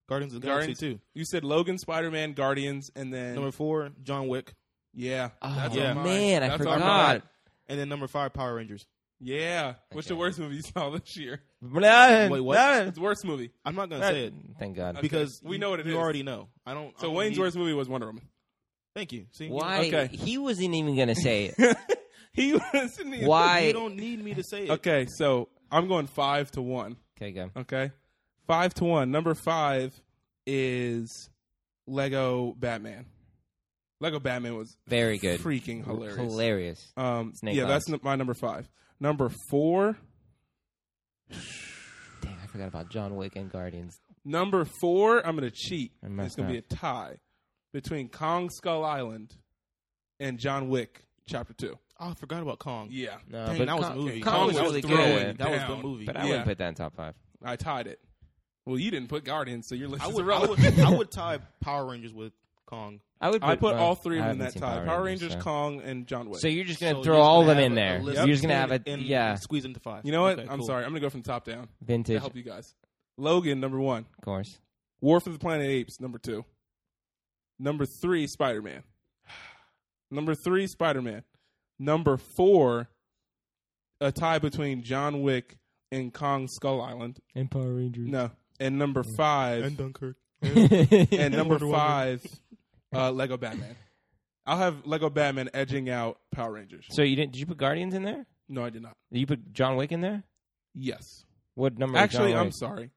Guardians of the Guardians. Galaxy two. You said Logan, Spider Man, Guardians, and then Number four, John Wick, yeah, Oh, that's Yeah. on mine. man, I That's on mine. forgot. and then number five, Power Rangers. Yeah, what's the Okay. worst movie you saw this year? Wait, Wait, what? It's worst movie. I'm not gonna That- say it Thank God. Okay. because We you- know what it you is. already know. I don't. I So don't Wayne's need- worst movie was Wonder Woman. Thank you. See, Why? Okay. He wasn't even gonna say it. he was in the You Why? don't need me to say it. Okay, so I'm going five to one. Okay, go. Okay, five to one. Number five is Lego Batman. Lego Batman was Very good. freaking hilarious. Hilarious. Um, Snake yeah, eyes. that's n- my number five. Number four. Dang, I forgot about John Wick and Guardians. Number four, I'm going to cheat. I It's messed going to be a tie between Kong Skull Island and John Wick Chapter 2. Oh, I forgot about Kong. Yeah. No, Dang, but that was a Kong- movie. Kong Kong was was really throwing That good. down. was the movie. But I Yeah. wouldn't put that in top five. I tied it. Well, you didn't put Guardians, so your list I is would, I irrelevant. would, I would tie Power Rangers with Kong. I would. Put, I put well, all three of I them in haven't that seen tie. Power Rangers, so. Kong, and John Wick. So you're just gonna So throw you're all of gonna have them in a- there. a You're list just gonna and- have a and yeah squeeze into five. you know what? Okay, I'm cool. sorry. I'm going to go from top down to vintage, help of you guys. Logan, number one. course. War for the Planet of the Apes, number two. Number three, Spider Man. Number three, Spider Man. Number four, a tie between John Wick and Kong Skull Island. And Power Rangers. No. And number five, And Dunkirk. and and number Wonder Woman. five, uh, Lego Batman. I'll have Lego Batman edging out Power Rangers. so you didn't? Did you put Guardians in there? No, I did not. Did you put John Wick in there? Yes. What number? is Actually, John I'm Wick? sorry.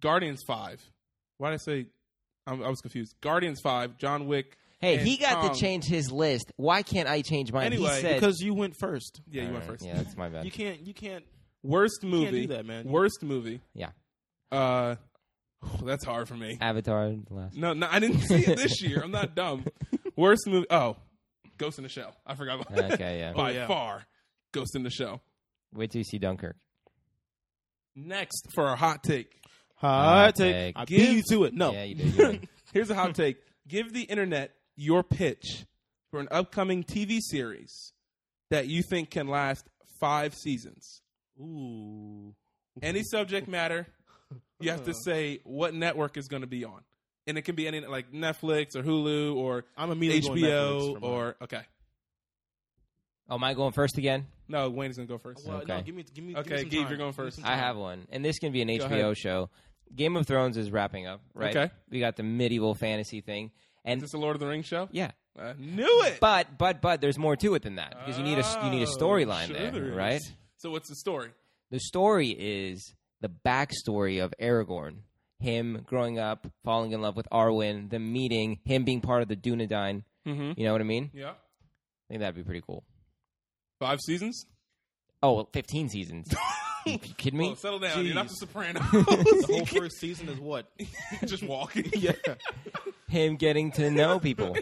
Guardians five. Why did I say? I'm, I was confused. Guardians five. John Wick. Hey, and he got Kong. to change his list. Why can't I change mine? um, Anyway, he said, Because you went first. Yeah, you All went right, first. Yeah, that's my bad. You can't. You can't. Worst movie. do that, man. Worst movie. Yeah. Uh, that's hard for me. Avatar last. No, no, I didn't see it this year. I'm not dumb. Worst movie. Oh, Ghost in the Shell. I forgot about that. okay, yeah. By Oh, yeah. far, Ghost in the Shell. Wait till you see Dunkirk. Next for our hot take. Oh, Hot take. take. I Give- beat you to Oh. it. No. Yeah, you did. you did. Here's a Hmm. hot take. Give the internet your pitch for an upcoming TV series that you think can last five seasons. Ooh. Any subject matter, you have to Uh-huh. say what network is going to be on. And it can be any like Netflix or Hulu or I'm immediately going Netflix HBO for mine. or okay. oh, am I going first again? No, Wayne is gonna go first. Well, Okay. no, give me, give me, Okay, give me some Gabe, time. you're going Give me first. some I time. have one, and this can be an HBO ahead. show. Game of Thrones is wrapping up, right? Okay. We got the medieval fantasy thing, Is and this a Lord of the Rings show? yeah, I knew it. but but but there's more to it than that because you need a you need a Oh, storyline sure there, there is. right? So what's the story? The story is the backstory of Aragorn, him growing up, falling in love with Arwen, them meeting, him being part of the Dunedain. Mm-hmm. You know what I mean? Yeah. I think that'd be pretty cool. Five seasons. Oh, well, 15 seasons. you kidding me? Well, settle down. You're not Jeez. the Sopranos. The whole first season is what? Just walking. Yeah. Him getting to know people.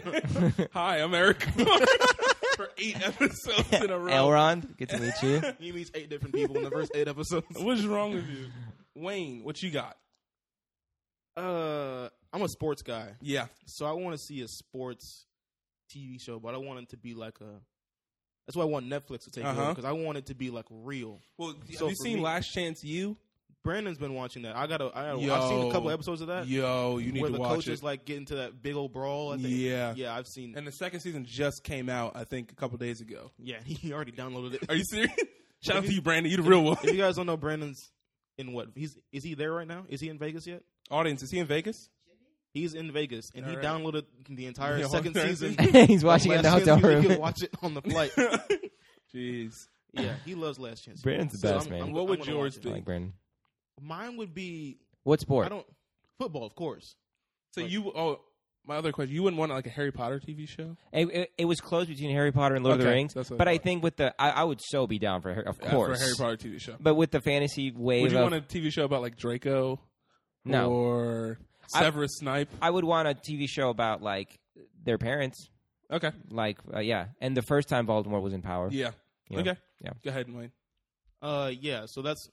Hi, I'm Eric. For eight episodes in a row. Elrond, good to meet you. He meets eight different people in the first eight episodes. What's wrong with you, Wayne? What you got? Uh, I'm a sports guy, Yeah. so I want to see a sports TV show, but I want it to be like a. That's why I want Netflix to take it Uh-huh. because I want it to be like real. So Well, have for you seen me- Last Chance You? Brandon's been watching that. I gotta. I, Yo. I've seen a couple episodes of that. Yo, you where the coaches like get into that big old brawl. At the Yeah. yeah, I've seen. and the second season just came out, I think, a couple days ago. yeah, he already downloaded it. Are you serious? Shout out If to you- you, Brandon. You the real one. if you guys don't know, Brandon's in what? He's is he there right now? Is he in Vegas yet? Audience, is he in Vegas? He's in Vegas, and he Alright. downloaded the entire Yeah, second alright. season. He's watching it in the Last hotel chance, room. He can watch it on the flight. Jeez. yeah, he loves Last Chance. Brandon's the So best, I'm- man. I'm- What I'm would gonna yours watch it. I be? like Brandon. Mine would be What I sport? don't football, of course. So Like- you oh my other question, you wouldn't want like a Harry Potter TV show? It, it, it was close between Harry Potter and Lord of the Okay, Rings, that's what I but I thought. think with the I, I would so be down for Harry, of Yeah, course. For a Harry Potter TV show. But with the fantasy wave, Would you of, want a TV show about like Draco? No. Or I- Severus Snipe? I would want a TV show about like their parents, Okay. like uh, yeah, and the first time Voldemort was in power. Yeah. you know? Okay. Yeah. Go ahead, Wayne. Uh, yeah. So that's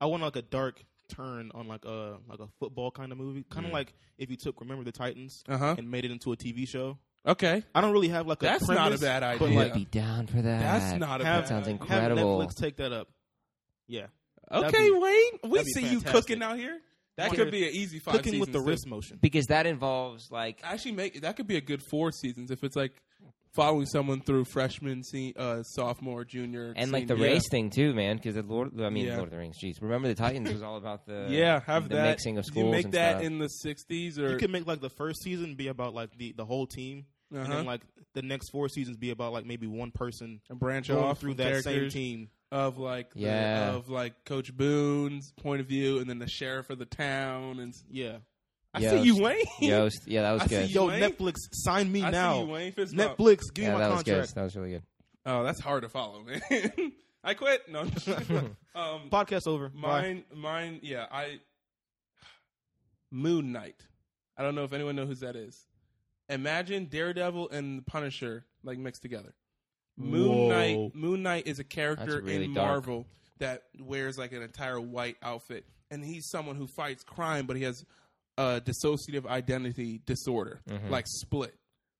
I want like a dark turn on like a like a football kind of movie, kind of Mm. like if you took Remember the Titans Uh huh. and made it into a TV show. Okay. I don't really have like a That's premise, not a bad but, I idea. would like, be down for that. That's not a Have- bad sounds idea. incredible. have Incredible. Netflix take that up. Yeah, That'd Okay, be- Wayne. We that'd be see you fantastic. cooking out here. That Wanna- could be an easy five. cooking with the seasons, too. wrist motion. because that involves like Actually, make that could be a good four seasons if it's like following someone through freshman, se- uh, sophomore, junior, and like the senior. race thing too, man. Because the Lord, I mean Yeah. Lord of the Rings. Jeez, remember the Titans was all about the Yeah, Yeah, have the that mixing of schools You make and that stuff. in the '60s You or could make like the first season be about like the the whole team, and Uh-huh. then like the next four seasons be about like maybe one person a branch going off through of that same characters team. of like the- Yeah. of like Coach Boone's point of view, and then the sheriff of the town, and Yeah, I see you, Wayne. Yost. Yeah, that was I see good. you- Yo, Wayne? Netflix, sign me I see now. you, Wayne. Fist bump. Netflix, give Yeah, me my that was good. contract. That was really good. Oh, that's hard to follow, man. I quit. No. um, Podcast over. Bye. mine, mine. Yeah, I. Moon Knight. I don't know if anyone knows who that is. Imagine Daredevil and the Punisher like mixed together. Moon Whoa. Knight. Moon Knight is a character That's really in dark. Marvel that wears like an entire white outfit, and he's someone who fights crime, but he has uh, dissociative identity disorder, Mhm. like split.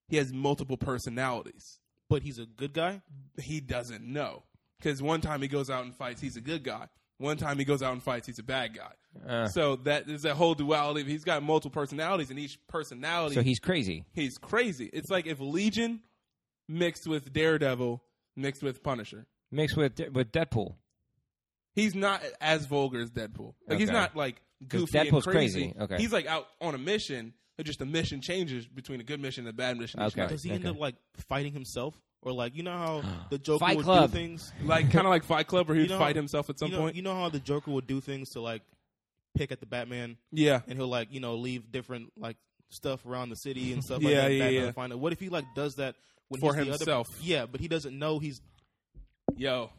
He has multiple personalities But he's a good guy. he doesn't know. Because one time he goes out and fights, he's a good guy. One time he goes out and fights, he's a bad guy. Uh, So that there's that whole duality. He's got multiple personalities, and each personality so he's crazy. he's crazy. It's like if Legion mixed with Daredevil mixed with Punisher. Mixed with with Deadpool. He's not as vulgar as Deadpool. Like he's Okay. not like 'Cause goofy and Deadpool's crazy. crazy. Okay. He's like out on a mission. but Just the mission changes between a good mission and a bad mission. each Okay. night. Does he end okay. up like fighting himself, or like you know how the Joker Fight would Club. do things? Like kind of like Fight Club, where he'd You know- fight himself at some you know, point. you know how the Joker would do things to like pick at the Batman, yeah, and he'll like you know leave different like stuff around the city and stuff. like Yeah, that, yeah, Batman yeah. Find out. What if he like does that when For he's himself. The other, yeah, but he doesn't know he's. Yo.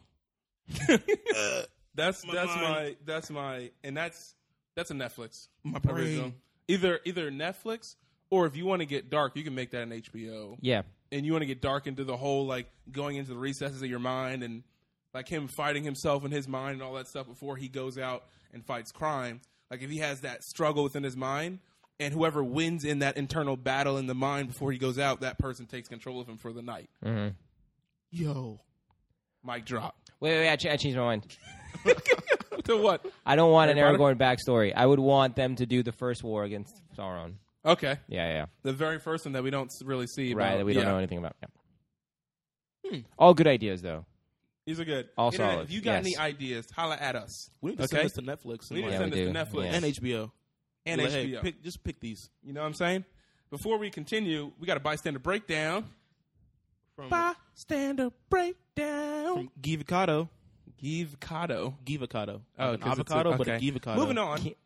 that's Uh, My that's mind. my that's my and that's that's a Netflix. My original. Either either Netflix or if you want to get dark, you can make that an HBO. Yeah. And you want to get dark into the whole like going into the recesses of your mind and like him fighting himself in his mind and all that stuff before he goes out and fights crime. Like if he has that struggle within his mind and whoever wins in that internal battle in the mind before he goes out, that person takes control of him for the night. hmm Yo, Mic drop. Wait, wait, wait I, ch- I changed my mind. to what? I don't want an Harry Aragorn backstory. I would want them to do the first war against Sauron. Okay. Yeah, yeah, The very first one that we don't s- really see. yeah. right. about. That we don't Yeah. Hmm. know anything about. Yeah. All good ideas, though. These are good. All Internet, solid. If you Yes. got any ideas, holla at us. we need to Okay. send this to Netflix and, We need to like, Yeah, send we it to do. Netflix Yeah. and HBO and Like, hey, HBO. pick, just pick these you know what I'm saying? Before we continue, we got a bystander breakdown. from Bystander breakdown. from Givocado. Give Cotto. Givocado. Oh, Like an 'cause it's a- avocado, but a okay. Givocado. Moving on. Ki-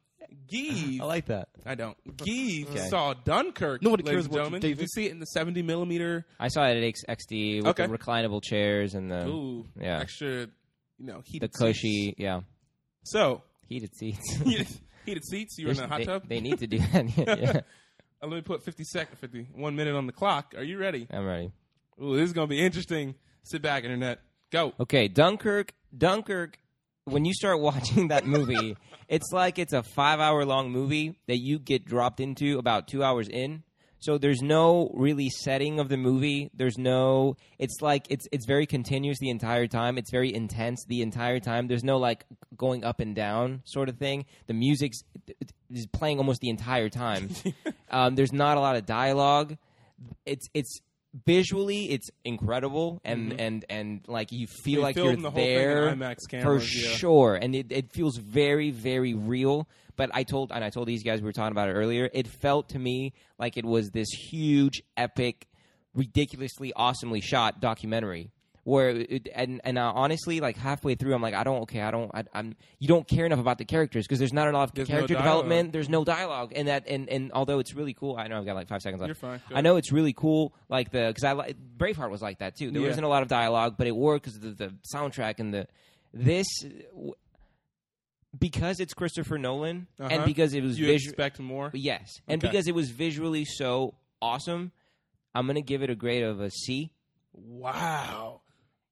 Give. I, like that. don't. Give Okay. saw Dunkirk. Nobody ladies cares and what you- gentlemen. David. Did you see it in the 70 millimeter? I saw it at X- XD with Okay. the reclinable chairs and the Ooh, yeah. extra. You know, heated the seats. cushy. Yeah, So heated seats. heated seats. You were in a hot they, tub. they need to do that. yeah, yeah. Uh, let me put 50 seconds, 50, one minute on the clock. Are you ready? I'm ready. Ooh, this is going to be interesting. Sit back, internet. Go. Okay, Dunkirk. Dunkirk. When you start watching that movie, it's like it's a five-hour-long movie that you get dropped into about two hours in. So there's no really setting of the movie. There's no. It's like it's it's very continuous the entire time. It's very intense the entire time. There's no like going up and down sort of thing. The music's is playing almost the entire time. um, there's not a lot of dialogue. It's it's visually it's incredible and and and like you feel Mm-hmm. They like filmed you're the whole thing in there IMAX for cameras, yeah. sure, and it, it feels very very real. But I told and I told these guys we were talking about it earlier. It felt to me like it was this huge epic ridiculously awesomely shot documentary where it, and and uh, honestly like halfway through i'm like i don't okay i don't I, i'm you don't care enough about the characters because there's not enough There's no character dialogue. development there's no dialogue and that and and although it's really cool i know i've got like five seconds left You're fine. Go i know it's really cool like the because i like braveheart was like that too there Yeah. wasn't a lot of dialogue but it worked because of the, the soundtrack and the this w- because it's christopher nolan Uh-huh. and because it was You visual expect more? Yes, and Okay. because it was visually so awesome, I'm gonna give it a grade of a C, Wow.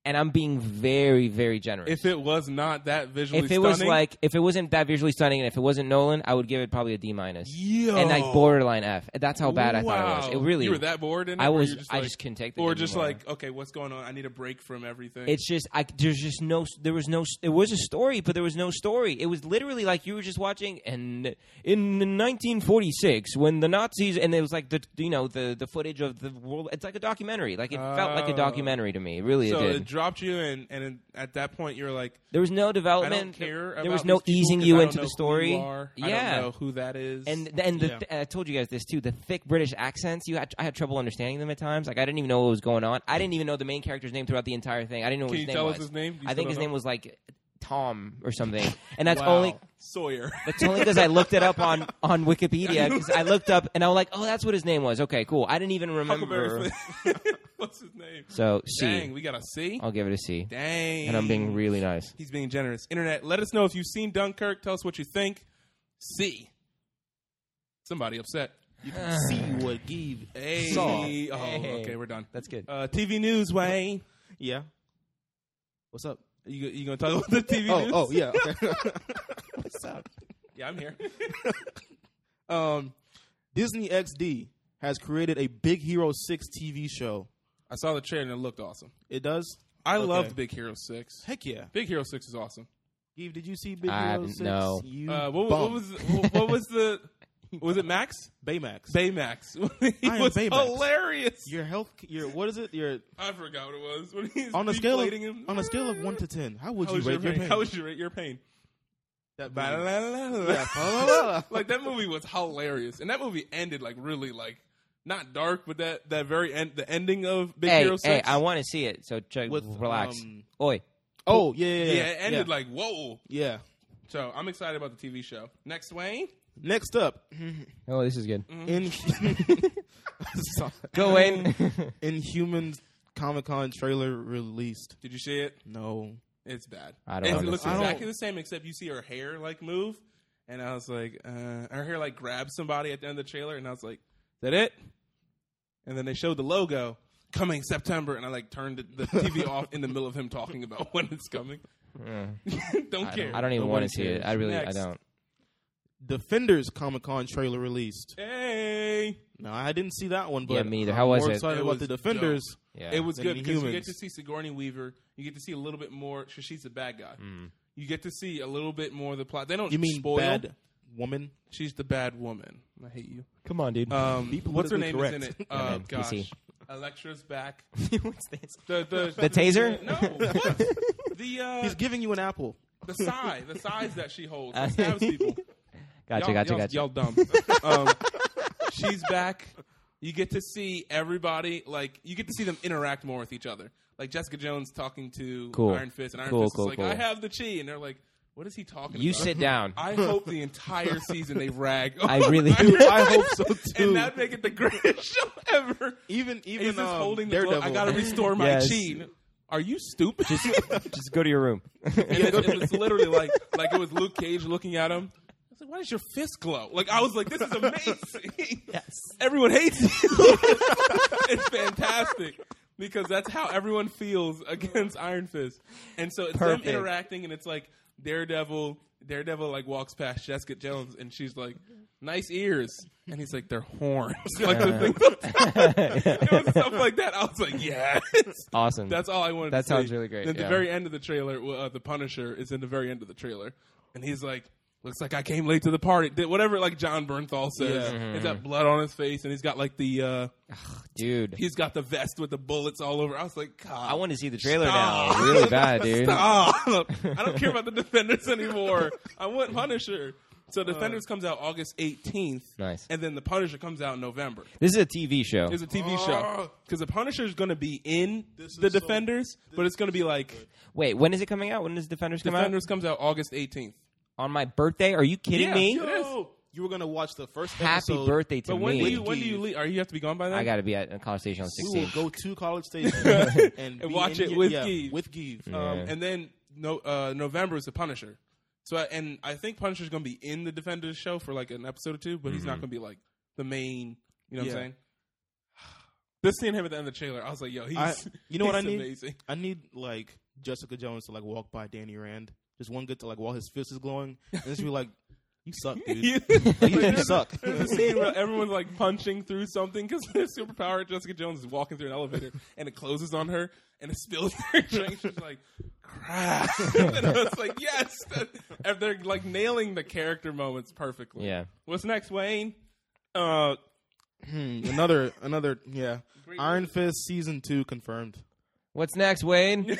and I'm being very, very generous. If it was not that visually If it was stunning, like, if it wasn't that visually stunning, and if it wasn't Nolan, I would give it probably a D minus, yo. and like borderline F. That's how bad I thought it was. Wow. It really, You were that bored in it? I or was, you Just I like, just couldn't take the Or D just anymore. like, okay, what's going on? I need a break from everything. It's just I there's just no there was no there was a story but there was no story. It was literally like you were just watching and in 1946 when the Nazis and it was like the you know the the footage of the world it's like a documentary. Like it felt like Oh. a documentary to me. Really so it it did. dropped you, and, and in- at that point, you're like, There was no I development. don't care. Oh, there was about no these people easing 'cause you I don't into know the who story. you are. Yeah. I don't know who that is. And and the, Yeah. and I told you guys this too. The thick British accents you had, I had trouble understanding them at times. Like I didn't even know what was going on. I didn't even know the main character's name throughout the entire thing. I didn't know what Can his you name tell was. us his name? You I still think his don't name was like Tom or something, and that's Wow. only Sawyer. that's only because I looked it up on on Wikipedia. 'cause I looked up and I was like, oh, that's what his name was. Okay, cool. I didn't even remember. Huckleberry Finn. What's his name? So C, Dang, we got a C. I'll give it a C, Dang. and I'm being really nice. He's being generous. Internet, let us know if you've seen Dunkirk. Tell us what you think. C. Somebody upset. You can see what give. Hey. Saw. Oh, Hey. okay, we're done. That's good. Uh, TV news, Wayne. Yeah. What's up? You you gonna talk about the TV Oh, news? oh, yeah. okay. What's up? yeah, I'm here. um, Disney XD has created a Big Hero 6 TV show. I saw the trailer and it looked awesome. It does? I Okay. loved Big Hero Six. Heck yeah. Big Hero Six is awesome. Give, did you see Big I Hero haven't- 6? no. You Uh, what, was- bum. what was what was the was it Max Baymax. Baymax? he I am was Baymax. hilarious. your health, your, what is it? Your, I forgot what it was. When he's on a scale of, deflating him. on a scale of 1 to 10, how would how you was your rate your pain? pain? How was your your pain? that Ba- movie? la- la- la- la. Yeah. like that movie was hilarious, and that movie ended like really like not dark, but that that very end the ending of Big Hey, Hero hey, Six. I want to see it. So check, With, relax. um, Oi, Oh, yeah, yeah, yeah. yeah, it ended like whoa. Yeah. So I'm excited about the TV show. Next, Wayne. Next up, Mm-hmm. oh, this is good. Mm. in, Go in. Inhumans Comic Con trailer released. Did you see it? No. It's bad. I don't It wanna looks see it. exactly the same, except you see her hair like move, and I was like, uh, her hair like grabbed somebody at the end of the trailer, and I was like, is that it? And then they showed the logo coming September, and I like turned the the TV off in the middle of him talking about when it's coming. don't I care. don't, I don't Nobody even want to see it. cares. I really, Next. I don't. Defenders Comic Con trailer released. Hey, No, I didn't see that one. But Yeah, me neither. I'm How was more it? Excited It about was the Defenders. Yeah, it was Than good because you humans. get to see Sigourney Weaver. You get to see a little bit more. 'cause She's the bad guy. Mm. You get to see a little bit more of the plot. They don't You mean spoil. bad woman? She's the bad woman. I hate you. Come on, dude. Um, Be what's her politically name is in correct. it? Uh, man, gosh, PC. Electra's back. What's this? The the, The taser? No, what? the uh, He's giving you an apple. the size, the size that she holds, that stabs people. Uh, Gotcha, y'all, gotcha, y'all, gotcha. Y'all dumb. um, she's back. You get to see everybody. Like you get to see them interact more with each other. Like Jessica Jones talking to Cool. Iron Fist, and Iron Cool, Fist cool, is like, cool. "I have the chi," and they're like, "What is he talking You about?" sit down. I hope the entire season they rag. I really do. do. I hope so too. and that'd make it the greatest show ever. even even He's just um, holding the Daredevil. globe. I gotta restore my Yes. chin. Are you stupid? Just go to your room. and it, it was literally like like it was Luke Cage looking at him. I was like, why does your fist glow? Like I was like, this is amazing. Everyone hates you. it's fantastic. Because that's how everyone feels against Iron Fist. And so it's Perfect. them interacting and it's like Daredevil Daredevil like walks past Jessica Jones and she's like, Nice ears. And he's like, They're horns. like the thing, it was stuff like that. I was like, Yes. Awesome. That's all I wanted. That to sounds say. really great, And At yeah. the very end of the trailer, well, uh, the Punisher is in the very end of the trailer, and he's like, "Looks like I came late to the party." Did whatever like John Bernthal says. Yeah. Mm-hmm. He's got blood on his face, and he's got like the uh, dude. he's got the vest with the bullets all over. I was like, God, I want to see the trailer Stop. now. Really bad, dude. Stop. I don't care about the Defenders anymore. I want Punisher. So Defenders comes out August 18th, Nice. and then the Punisher comes out in November. This is a TV show. It's a TV show because the Punisher is going to be in the Oh. is so- Defenders, but it's going to be like. Wait, when is it coming out? When does Defenders come Defenders comes out August 18th. out? On my birthday? Are you kidding Yeah, me? sure. It is. Yo, you were gonna watch the first Happy episode. birthday to But when me. do you when do you leave? Are you have to be gone by then? I got to be at a college station on We will 16. go to College Station and, be watch in it your- with yeah, Give. with Uh, Give. Mm. Um, and then no, uh, November is the Punisher. So I- and I think Punisher's going to be in the Defenders show for like an episode or two, but he's not going to be like the main. You know Mm-hmm. Yeah. what I'm saying? Just seeing him at the end of the trailer, I was like, "Yo, he's I, you know what I he's need? Amazing. I need like Jessica Jones to like walk by Danny Rand. Just one good to like while his fist is glowing, and just be like, "You suck, dude. you suck." There's a scene where everyone's like punching through something because their superpower Jessica Jones is walking through an elevator and it closes on her and it spills her drink. She's like, crap. and I was like, yes. If they're like nailing the character moments perfectly. Yeah. What's next, Wayne? Uh, Hmm, another, another, yeah. Iron Fist season two confirmed. What's next, Wayne?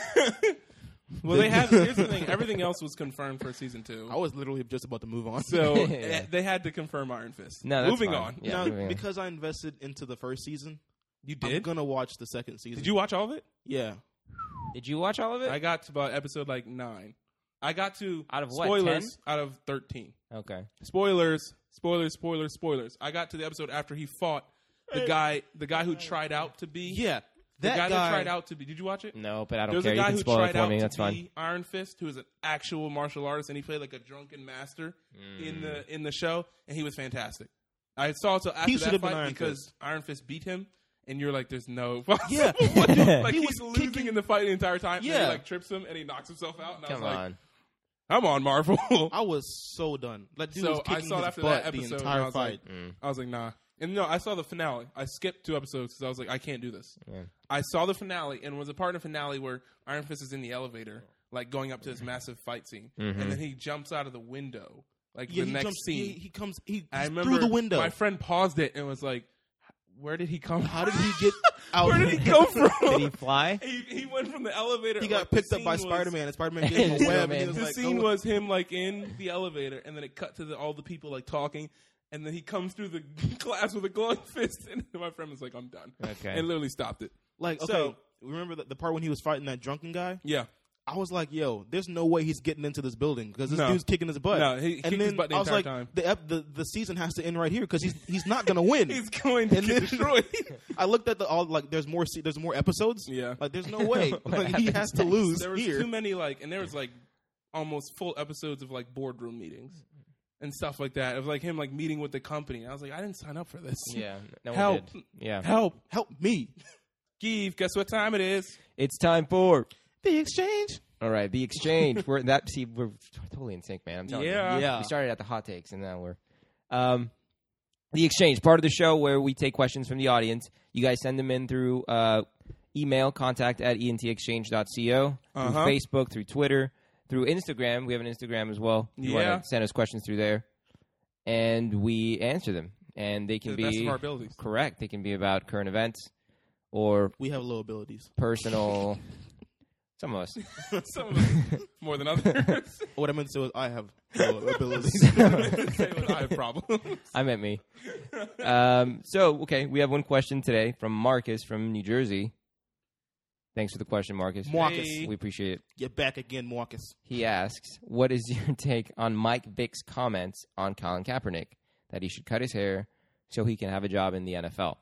well, they have. Here's the thing. Everything else was confirmed for season two. I was literally just about to move on. So eh, Yeah. they had to confirm Iron Fist. No, that's moving fine. on. Yeah, now, moving on. because I invested into the first season, You I'm did. gonna watch the second season. Did you watch all of it? Yeah. Did you watch all of it? I got to about episode like nine. I got to Out of what, spoilers out of thirteen. Okay. Spoilers, spoilers, spoilers, spoilers. I got to the episode after he fought the guy, the guy who tried out to be Yeah, the that guy, guy, that tried out to be. Did you watch it? No, but Mm, I don't There's care. a You guy can who spoil it tried for out me. to That's be fine. Iron Fist, who is an actual martial artist, and he played like a drunken master in Mm. the in the show, and he was fantastic. I saw it till after Mm. He should that have been fight Iron because Iron Fist beat him, and you're like, "There's no Yeah. way. like He he's was losing kicking- in the fight the entire time. and then Yeah. he, like trips him, and he knocks himself out. And I Come was like, on. "Come on, Marvel." I was so done. Like, dude So was I kicking saw his it after butt that the episode, and I entire was like, "Mm, fight. I was like, nah. And no, I saw the finale. I skipped two episodes because I was like, I can't do this. Yeah. I saw the finale, and was a part of the finale where Iron Fist is in the elevator, like going up to Mm-hmm. this massive fight scene, Mm-hmm. and then he jumps out of the window, like yeah, the he next jumps. scene. He, he comes. He I he's remember through the window. My friend paused it and was like, "Where did he come? How did he get out? Where did he go from? Did he fly? he, he went from the elevator. He like, got the picked up scene by was- Spider Man, and Spider Man gave him a web. and he Spider-Man. was the like, scene "Go was him like in the elevator, and then it cut to the, all the people like talking, and then he comes through the glass with a glowing fist, and my friend was like, "I'm done," Okay. and literally stopped it. Like, okay, So- remember the, the part when he was fighting that drunken guy? Yeah, I was like, yo, there's no way he's getting into this building because this No. dude's kicking his butt. No, he and kicked then his butt the I was entire like, time. The, ep- the the season has to end right here because he's he's not gonna win. he's going to "Hmm." And get then- destroyed. I looked at the all like there's more se- there's more episodes. Yeah. like there's no way like, he happens has to lose there was here. too many like, and there was like almost full episodes of like boardroom meetings and stuff like that of like him like meeting with the company. And I was like, I didn't sign up for this. Yeah. No one Help. did. Yeah. Help, Help me, Give. Guess what time it is? It's time for. the exchange. All right, the exchange. we're that. See, we're totally in sync, man. I'm telling Yeah. you. Yeah. We started at the hot takes, and now we're. Um, the exchange part of the show where we take questions from the audience. You guys send them in through uh, email contact at E entexchange.co, Uh-huh. through Facebook, through Twitter, through Instagram. We have an Instagram as well. If You Yeah. want to send us questions through there, and we answer them, and they To can the best be of our abilities. correct. They can be about current events or We have low abilities. personal. Some of us. Some of us more than others. What I meant to say was I have low abilities. Say what I have problems. I meant me. Um, so, okay, we have one question today from Marcus from New Jersey. Thanks for the question, Marcus. Marcus. Hey. We appreciate it. Get back again, Marcus. He asks, What is your take on Mike Vick's comments on Colin Kaepernick that he should cut his hair so he can have a job in the NFL?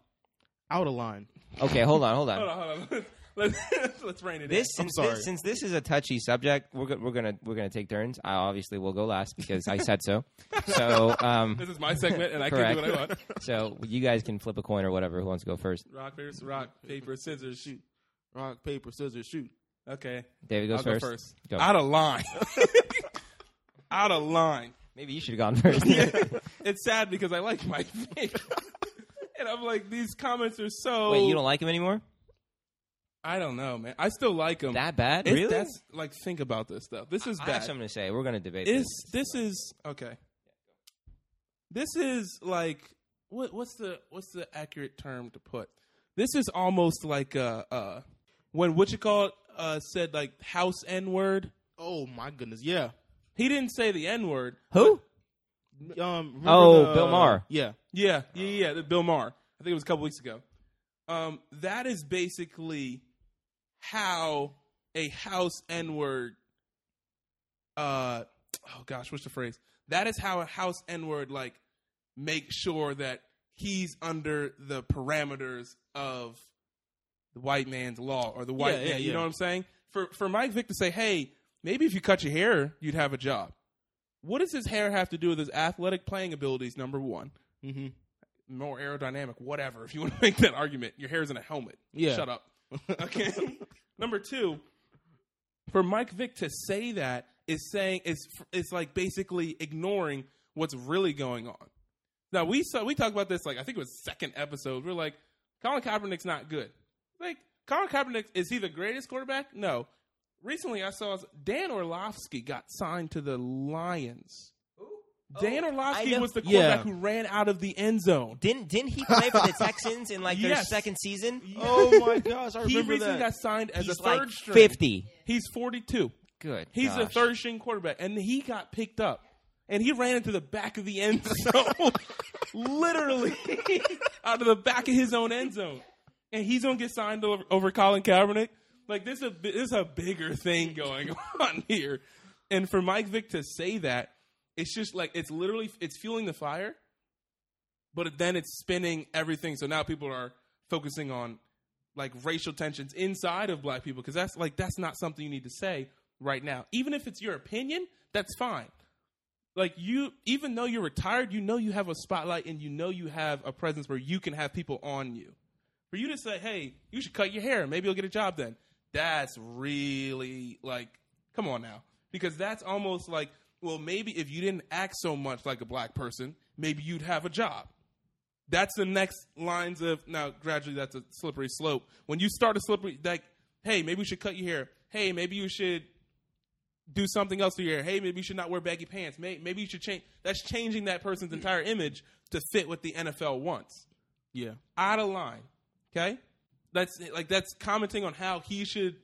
Out of line. Okay, hold on, hold on. Hold on, hold on. Let's, let's, let's rein it This in. I'm since, sorry. this since this is a touchy subject, we're, go- we're gonna we're gonna take turns. I obviously will go last because I said so. So um, This is my segment, and I can do what I want. so you guys can flip a coin or whatever. Who wants to go first? Rock, paper, rock, paper, scissors, shoot. Rock, paper, scissors, shoot. Okay, David goes I'll first. go first. Go. Out of line. Out of line. Maybe you should have gone first. It's sad because I like my thing. and I'm like, these comments are so. Wait, you don't like him anymore? I don't know, man. I still like them. That bad? um, It's- really? That's, like, think about this stuff. This is I have bad. something to say. We're going to debate is this. this is okay. This is like what what's the what's the accurate term to put? This is almost like uh uh when what you call it uh said like house n word. Oh my goodness, yeah. He didn't say the n word. Who? Um, remember Oh, the- Bill Maher. Yeah, Yeah, yeah, yeah. The Bill Maher. I think it was a couple weeks ago. Um, that is basically how a house N word. Uh, oh gosh, what's the phrase? That is how a house N word like make sure that he's under the parameters of the white man's law or the white Yeah, yeah, man. You yeah. know what I'm saying? For for Mike Vick to say, hey, maybe if you cut your hair, you'd have a job. What does his hair have to do with his athletic playing abilities? Number one mm-hmm. more aerodynamic, whatever. If you want to make that argument, your hair's in a helmet. Yeah. Shut up. Okay. Number two, for Mike Vick to say that is saying is is like basically ignoring what's really going on. Now we saw we talked about this like I think it was second episode. We are like, Colin Kaepernick's not good. Like Colin Kaepernick is he the greatest quarterback? No. Recently, I saw Dan Orlovsky got signed to the Lions. Dan Orlovsky Oh, I know- was the Yeah. quarterback who ran out of the end zone. Didn't didn't he play for the Texans in like their Yes. second season? Oh my gosh, I He remember that. recently got signed as He's a third like string. 50. He's 42. Good. He's a gosh. third string quarterback, and he got picked up, and he ran into the back of the end zone, literally out of the back of his own end zone, and he's gonna get signed over, over Colin Kaepernick. Like this is a bi- this is a bigger thing going on here. and for Mike Vick to say that, it's just like it's literally it's fueling the fire, but then it's spinning everything. So now people are focusing on like racial tensions inside of black people because that's like that's not something you need to say right now. Even if it's your opinion, that's fine. Like you, even though you're retired, you know you have a spotlight and you know you have a presence where you can have people on you. For you to say, "Hey, you should cut your hair. Maybe you'll get a job then." That's really like, come on now, because that's almost like, well, maybe if you didn't act so much like a black person, maybe you'd have a job. That's the next lines of now. Gradually, that's a slippery slope. When you start a slippery, like, hey, maybe you should cut your hair. Hey, maybe you should do something else to your hair. Hey, maybe you should not wear baggy pants. May- Maybe you should change. That's changing that person's entire image to fit what the NFL wants. Yeah. Out of line. Okay, that's like that's commenting on how he should.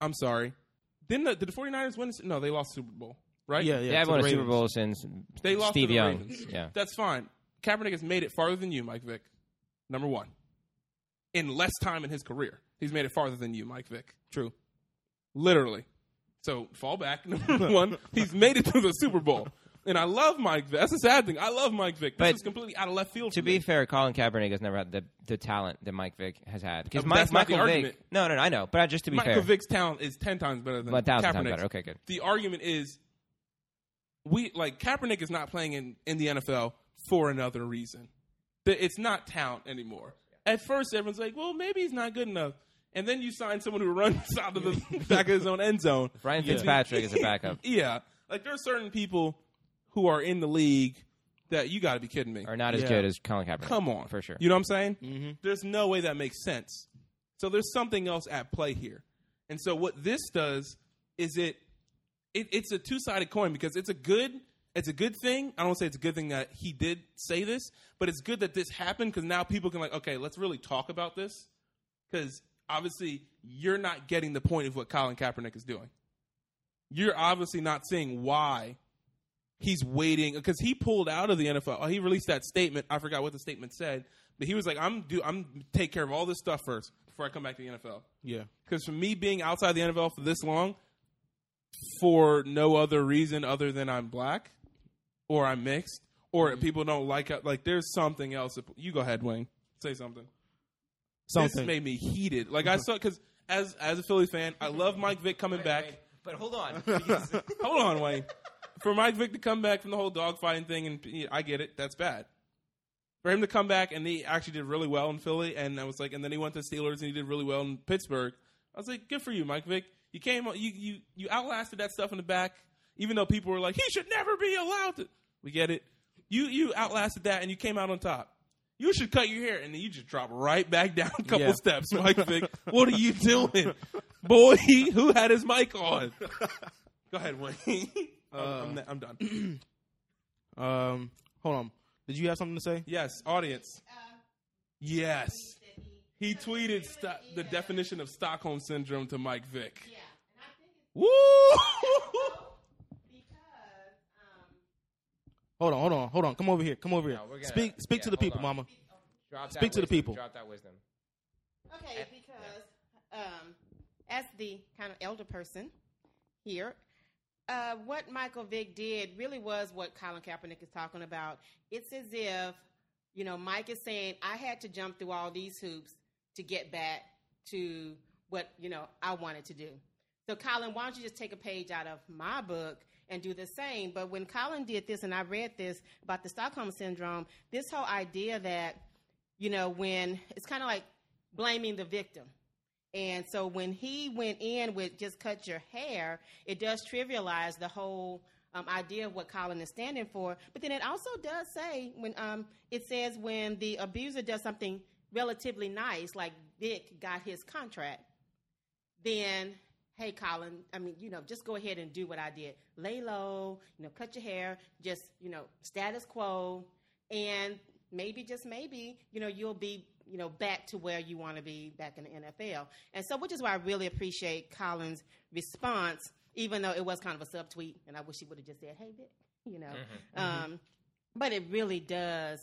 I'm sorry. Didn't the, did the 49ers win? No, they lost Super Bowl. Right? Yeah, yeah. They have to won a the Super Ravens. Bowl since They lost Steve to the Young. Ravens. Yeah. That's fine. Kaepernick has made it farther than you, Mike Vick. Number one. In less time in his career, he's made it farther than you, Mike Vick. True. Literally. So fall back. Number one, he's made it to the Super Bowl. And I love Mike Vick. That's the sad thing. I love Mike Vick. This But is completely out of left field. To for be me. fair, Colin Kaepernick has never had the, the talent that Mike Vick has had because but Mike, that's not the Michael Vick. argument. No, no, no, I know, but I- just to be Michael fair, Vick's talent is ten times better than a thousand times Kaepernick's. better. Okay, good. The argument is, we like Kaepernick is not playing in, in the NFL for another reason. That It's not talent anymore. At first, everyone's like, "Well, maybe he's not good enough," and then you sign someone who runs out of the back of his own end zone. Ryan Yeah. Fitzpatrick is a backup. Yeah, like there are certain people who are in the league that you got to be kidding me. Are not as Yeah. good as Colin Kaepernick. Come on, for sure. You know what I'm saying? Mm-hmm. There's no way that makes sense. So there's something else at play here. And so what this does is it, it it's a two sided coin because it's a good it's a good thing. I don't wanna say it's a good thing that he did say this, but it's good that this happened because now people can like, okay, let's really talk about this because obviously you're not getting the point of what Colin Kaepernick is doing. You're obviously not seeing why he's waiting because he pulled out of the NFL. Oh, he released that statement. I forgot what the statement said, but he was like, "I'm do I'm take care of all this stuff first before I come back to the NFL." Yeah. Because for me being outside the NFL for this long, for no other reason other than I'm black, or I'm mixed, or people don't like like there's something else. You go ahead, Wayne. Say something. This Something. made me heated. Like I saw because as as a Philly fan, I love Mike Vick coming back. But hold on. Hold on, Wayne. For Mike Vick to come back from the whole dogfighting thing, and yeah, I get it, that's bad. For him to come back, and he actually did really well in Philly, and I was like, and then he went to Steelers, and he did really well in Pittsburgh. I was like, good for you, Mike Vick. You came, you you you outlasted that stuff in the back, even though people were like, he should never be allowed to. We get it. You you outlasted that, and you came out on top. You should cut your hair, and then you just drop right back down a couple Yeah. steps, Mike Vick. What are you doing, boy? Who had his mic on? Go ahead, Wayne. I'm, Uh. I'm, I'm done. Um, hold on. Did you have something to say? yes, audience. Yes. He tweeted sto- the definition of Stockholm syndrome to Mike Vick. Yeah, and I think it's Woo! because um, Hold on, hold on, hold on. Come over here. Come over here. No, we're gonna- speak speak yeah, to the hold people, on. mama. Drop Speak to the wisdom, people. Drop that wisdom. okay, because um, as the kind of elder person here, uh, what Michael Vick did really was what Colin Kaepernick is talking about. It's as if you know Mike is saying, "I had to jump through all these hoops to get back to what you know I wanted to do." So, Colin, why don't you just take a page out of my book and do the same? But when Colin did this, and I read this about the Stockholm syndrome, this whole idea that, you know, when it's kind of like blaming the victim. And so when he went in with just cut your hair, it does trivialize the whole um, idea of what Colin is standing for. But then it also does say when um, it says when the abuser does something relatively nice, like Vic got his contract, then hey colin i mean you know just go ahead and do what i did lay low you know cut your hair just you know status quo and maybe just maybe you know you'll be you know back to where you want to be back in the nfl and so which is why i really appreciate colin's response even though it was kind of a subtweet and i wish he would have just said hey Vic, you know Mm-hmm. um, but it really does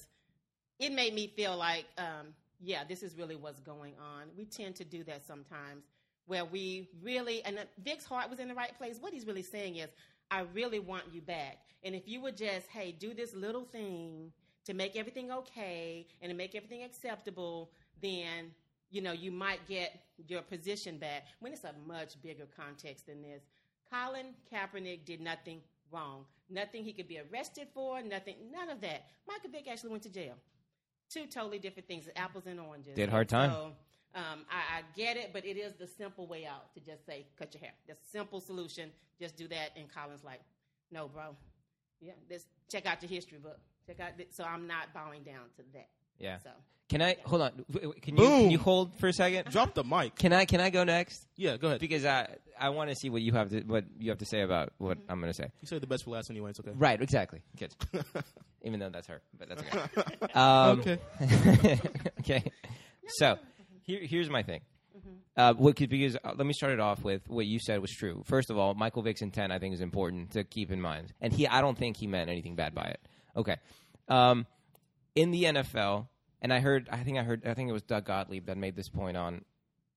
it made me feel like, um, yeah, this is really what's going on. We tend to do that sometimes where we really and uh, Vic's heart was in the right place. What he's really saying is, I really want you back. And if you would just, hey, do this little thing to make everything okay and to make everything acceptable, then you know you might get your position back. When it's a much bigger context than this, Colin Kaepernick did nothing wrong. Nothing he could be arrested for. Nothing. None of that. Michael Vick actually went to jail. Two totally different things. Apples and oranges. Did hard time. So, um, I, I get it, but it is the simple way out to just say, cut your hair. The simple solution, just do that. And Colin's like, no, bro. Yeah, let's check out your history book. Check out. Th- so I'm not bowing down to that. Yeah. So Can I hold on? W- w- Can you can Boom. you hold for a second? Drop the mic. Can I can I go next? Yeah, go ahead. Because I I want to see what you have to what you have to say about what I'm going to say. You said the best for last anyway. It's okay. Mm-hmm. Right, exactly. Good. Even though that's her, but that's okay. Um, Okay. okay. So here, here's my thing. Mm-hmm. Uh, what could because uh, let me start it off with what you said was true. First of all, Michael Vick's intent I think is important to keep in mind, and he I don't think he meant anything bad by it. Okay, um, in the NFL, and I heard I think I heard I think it was Doug Gottlieb that made this point on.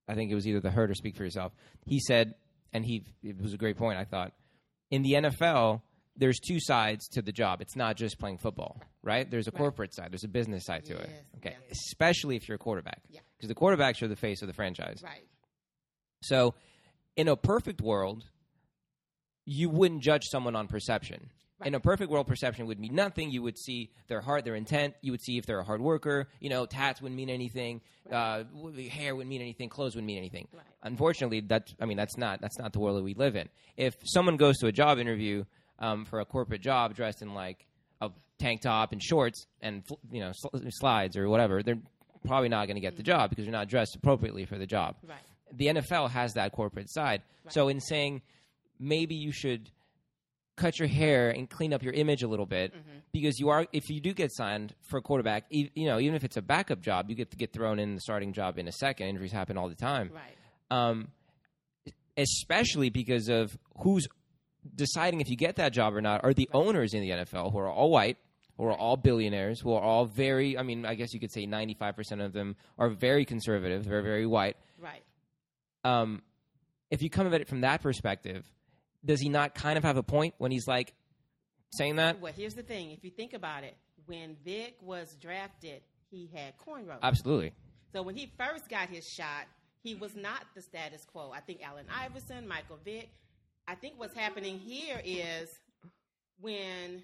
I think it was either the herd or speak for yourself. He said, and he it was a great point. I thought in the NFL, there's two sides to the job. It's not just playing football, right? There's a corporate side, there's a business side to it. Yes, Okay. yeah. Especially if you're a quarterback. Yeah. Because the quarterbacks are the face of the franchise. right. So in a perfect world, you wouldn't judge someone on perception. In a perfect world, perception would mean nothing. You would see their heart, their intent. You would see if they're a hard worker. You know, tats wouldn't mean anything. Uh, w- hair wouldn't mean anything. Clothes wouldn't mean anything. Right. Unfortunately, that's I mean, that's not that's not the world that we live in. If someone goes to a job interview um, for a corporate job dressed in like a tank top and shorts and fl- you know sl- slides or whatever, they're probably not going to get the job because they're not dressed appropriately for the job Mm-hmm. Right. the NFL has that corporate side. So in saying maybe you should cut your hair and clean up your image a little bit because you are if you do get signed for a quarterback, e- you know, even if it's a backup job, you get to get thrown in the starting job in a second. Injuries happen all the time. Right. Um, especially because of who's deciding if you get that job or not are the owners in the NFL who are all white, who are all billionaires, who are all very I mean, I guess you could say 95% of them are very conservative, they're very white Right. um, if you come at it from that perspective, does he not kind of have a point when he's like saying that? Well, here's the thing. If you think about it, when Vic was drafted, he had cornrows. Absolutely. So when he first got his shot, he was not the status quo. I think Allen Iverson, Michael Vick. I think what's happening here is when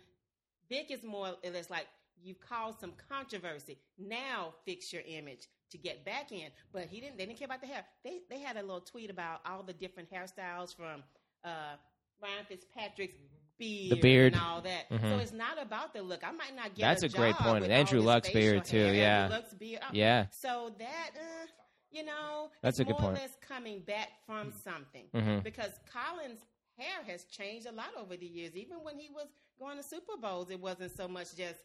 Vick is more or less like you've caused some controversy. Now fix your image to get back in. But he didn't. They didn't care about the hair. They they had a little tweet about all the different hairstyles from uh, Ryan Fitzpatrick's. Beard, beard. and all that. So Mhm. it's not about the look. I might not get. That's a great job point. with And all Andrew this Luck's facial beard, too, hair. Andrew yeah. Luck's beard. I- Yeah. so that, uh, you know, That's it's a good more point. or less coming back from something Mhm. because Colin's hair has changed a lot over the years. Even when he was going to Super Bowls, it wasn't so much just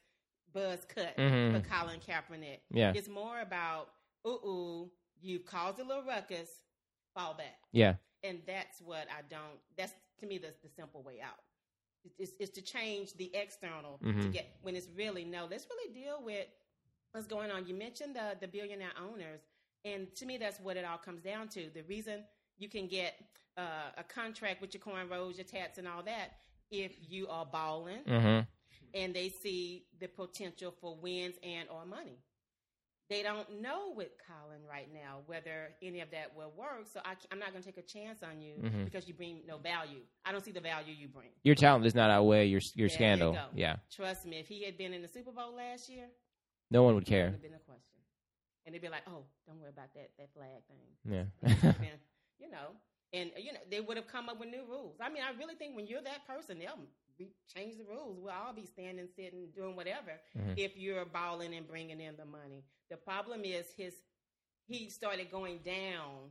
buzz cut Mhm. for Colin Kaepernick. Yeah. It's more about, ooh, ooh, you caused a little ruckus, fall back. Yeah. And that's what I don't, that's to me, that's the simple way out. It's- It's, it's to change the external to Mhm. get, when it's really, no, let's really deal with what's going on. You mentioned the, the billionaire owners. And to me, that's what it all comes down to. The reason you can get uh, a contract with your cornrows, your tats, and all that, if you are balling Mm-hmm. and they see the potential for wins and or money. They don't know with Colin right now whether any of that will work. So I, ca- I'm not going to take a chance on you Mhm. because you bring no value. I don't see the value you bring. Your talent does not outweigh your your There you scandal. go. Yeah. Trust me, if he had been in the Super Bowl last year, No one would it wouldn't care. have been a question. And they'd be like, "Oh, don't worry about that that flag thing." Yeah. and, you know, and you know, they would have come up with new rules. I mean, I really think when you're that person, they'll re- change the rules. We'll all be standing, sitting, doing whatever Mhm. if you're balling and bringing in the money. The problem is his he started going down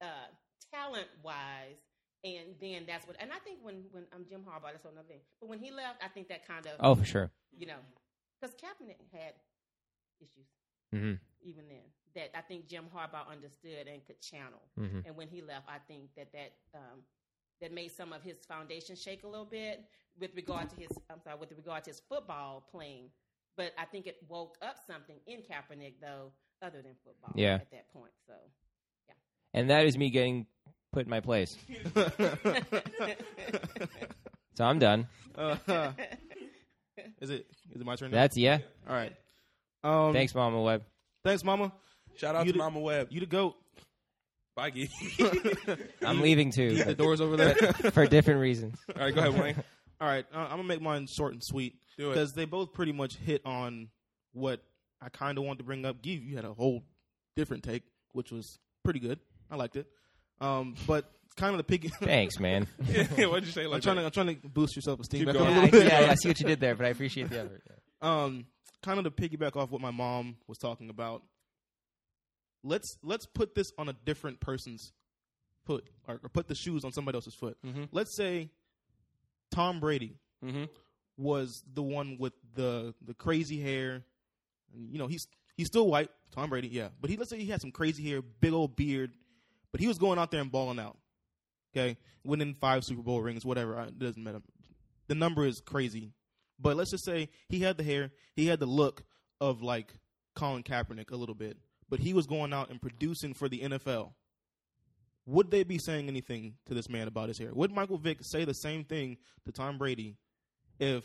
uh, talent wise. And then that's what, and I think when when um, Jim Harbaugh, that's another thing. But when he left, I think that kind of, oh, for sure. you know, because Kaepernick had issues Mhm. even then that I think Jim Harbaugh understood and could channel. Mhm. And when he left, I think that that um, that made some of his foundation shake a little bit with regard to his I'm sorry with regard to his football playing. But I think it woke up something in Kaepernick though, other than football. Yeah. at that point. So and that is me getting put in my place. So I'm done. Uh, is it is it my turn? now? That's yeah. all right. Um, Thanks, Mama Web. thanks, Mama. Shout out You did- to Mama Web. You the goat. Bye, Gee. I'm leaving too The door's over there. but for different reasons. All right, go ahead, Wayne. All right, uh, I'm gonna make mine short and sweet Do it. because they both pretty much hit on what I kind of wanted to bring up. Give you had a whole different take, which was pretty good. I liked it, um, but kind of the piggy. Thanks, man. Yeah, what'd you say? I'm Like trying to I'm trying to boost your self esteem Keep back up a going. yeah, little I, bit. yeah, yeah, I see what you did there, but I appreciate the effort. um, kind of to piggyback off what my mom was talking about. Let's let's put this on a different person's foot, or, or put the shoes on somebody else's foot. Mhm. Let's say Tom Brady Mm-hmm. was the one with the the crazy hair. And, You know, he's he's still white, Tom Brady, yeah. But he let's say he had some crazy hair, big old beard, but he was going out there and balling out. Okay, winning five Super Bowl rings, whatever. I- It doesn't matter. The number is crazy, but let's just say he had the hair, he had the look of like Colin Kaepernick a little bit, but he was going out and producing for the NFL. Would they be saying anything to this man about his hair? Would Michael Vick say the same thing to Tom Brady if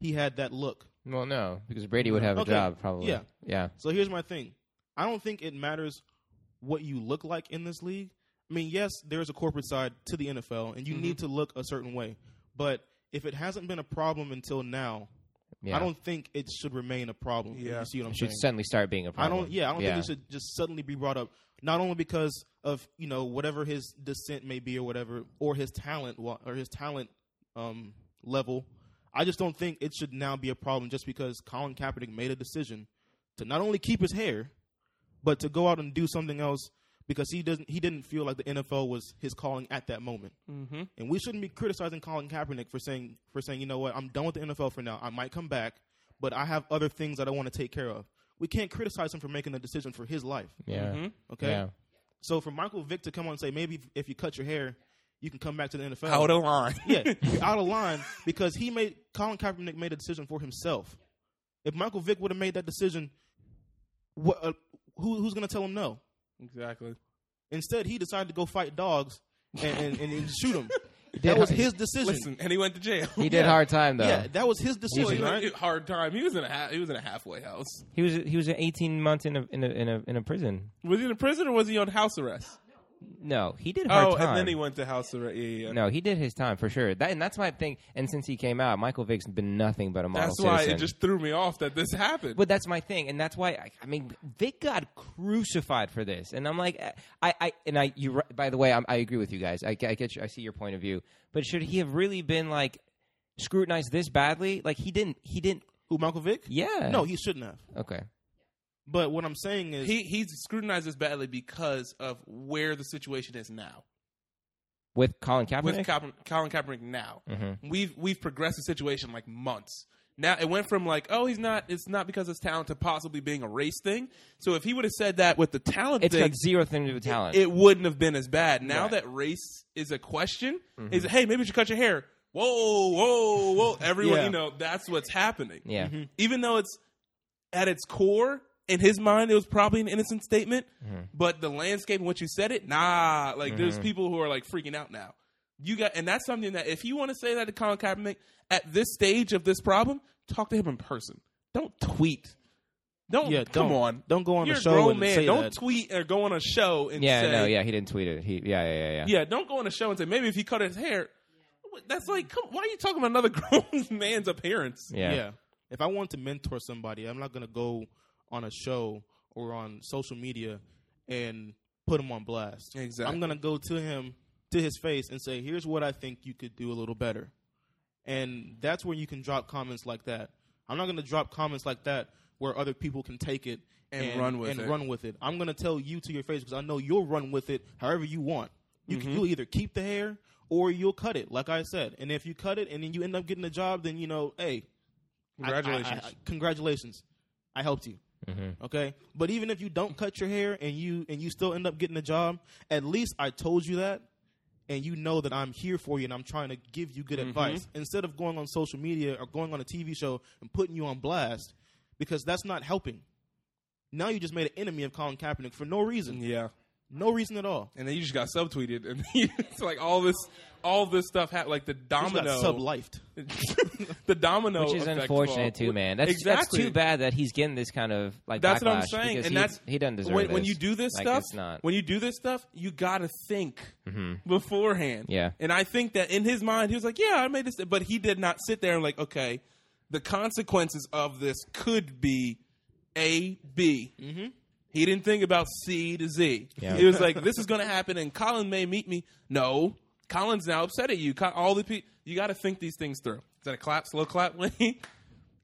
he had that look. Well, no, because Brady would have a Okay. job probably. Yeah. yeah. So here's my thing. I don't think it matters what you look like in this league. I mean, yes, there's a corporate side to the NFL and you need to look a certain way. But if it hasn't been a problem until now, yeah. I don't think it should remain a problem. Yeah. You see what I'm It saying? should suddenly start being a I problem. don't yeah, I don't yeah. think it should just suddenly be brought up. Not only because of, you know, whatever his descent may be or whatever, or his talent wa- or his talent um, level. I just don't think it should now be a problem just because Colin Kaepernick made a decision to not only keep his hair, but to go out and do something else because he doesn't he didn't feel like the NFL was his calling at that moment. Mm-hmm. And we shouldn't be criticizing Colin Kaepernick for saying for saying, you know what, I'm done with the NFL for now. I might come back, but I have other things that I want to take care of. We can't criticize him for making a decision for his life. Yeah. Mhm. Mm-hmm. Okay. Yeah. So for Michael Vick to come on and say, maybe if- if you cut your hair, you can come back to the NFL. Out of line. yeah, you're out of line because he made Colin Kaepernick made a decision for himself. If Michael Vick would have made that decision, what, uh, who, who's going to tell him no? Exactly. Instead, he decided to go fight dogs and, and, and, and shoot him. did- That was his decision. Listen, and he went to jail. He did hard time though. Yeah, that was his Well, he decision, went- right? Hard time. He was in a ha- he was in a halfway house. He was he was 18 months in a in a in a, in a prison. Was he in prison or was he on house arrest? No, he did hard Oh, time. and then he went to house arrest. Yeah, yeah. yeah. No, he did his time for sure. That and that's my thing. And since he came out, Michael Vick's been nothing but a model That's why citizen. it just threw me off that this happened. But that's my thing, and that's why I, I mean Vic got crucified for this, and I'm like, I, I and I you. ri- By the way, I'm, I agree with you guys. I, I get, you, I see your point of view, but should he have really been like scrutinized this badly? Like he didn't. He didn't. Who, Michael Vick? Yeah. No, he shouldn't have. Okay. But what I'm saying is, he he scrutinized this badly because of where the situation is now With Colin Kaepernick. with Colin, Colin Kaepernick. Now we've we've progressed the situation like months. Now it went from like oh he's not it's not because of his talent to possibly being a race thing. So if he would have said that with the talent it's thing, got zero thing to do with talent. it wouldn't have been as bad. Now Right. that race is a question, Mm-hmm. is hey maybe you should cut your hair. Whoa, whoa, whoa! Everyone, Yeah. you know that's what's happening. Mm-hmm. yeah. even though it's at its core in his mind it was probably an innocent statement Mm-hmm. but the landscape in which you said it nah like there's people who are like freaking out now you got and that's something that if you want to say that to Colin Kaepernick at this stage of this problem talk to him in person don't tweet don't yeah, come don't, on Don't go on you're the a show grown and man say don't that. tweet or go on a show and Yeah. say no. Yeah. He didn't tweet it. He. Yeah. Yeah. Yeah. yeah, don't go on a show and say maybe if he cut his hair that's like come why are you talking about another grown man's appearance Yeah. Yeah. If I want to mentor somebody, I'm not going to go on a show or on social media and put him on blast. Exactly. I'm going to go to him, to his face, and say, here's what I think you could do a little better. And that's where you can drop comments like that. I'm not going to drop comments like that where other people can take it And run with and it. run with it. I'm going to tell you to your face because I know you'll run with it however you want. You Mm-hmm. can, you'll either keep the hair or you'll cut it, like I said. And if you cut it and then you end up getting a job, then you know, hey, I- I- I- congratulations I- congratulations. I helped you. Okay, but even if you don't cut your hair and you and you still end up getting a job, at least I told you that, and you know that I'm here for you and I'm trying to give you good advice instead of going on social media or going on a TV show and putting you on blast because that's not helping. Now you just made an enemy of Colin Kaepernick for no reason. yeah No reason at all. and then you just got subtweeted, and it's like all this, all this stuff happened. Like the Just got domino, sub-lifed. the domino, Which is Oh, effect of unfortunate all- too, man. That's that's Exactly. too bad that he's getting this kind of like That's what I'm backlash saying, because and he, that's he doesn't deserve when, this. when you do this like, stuff, It's not. when you do this stuff, you gotta think Mhm. beforehand. Yeah. and I think that in his mind, he was like, "Yeah, I made this," but he did not sit there and like, "Okay, the consequences of this could be A, B." Mm-hmm. He didn't think about C to Z. Yeah. It was like, "This is going to happen," and Colin may meet me. No, Colin's now upset at you. Co- All the people, you got to think these things through. Is that a clap? Slow clap, Wayne?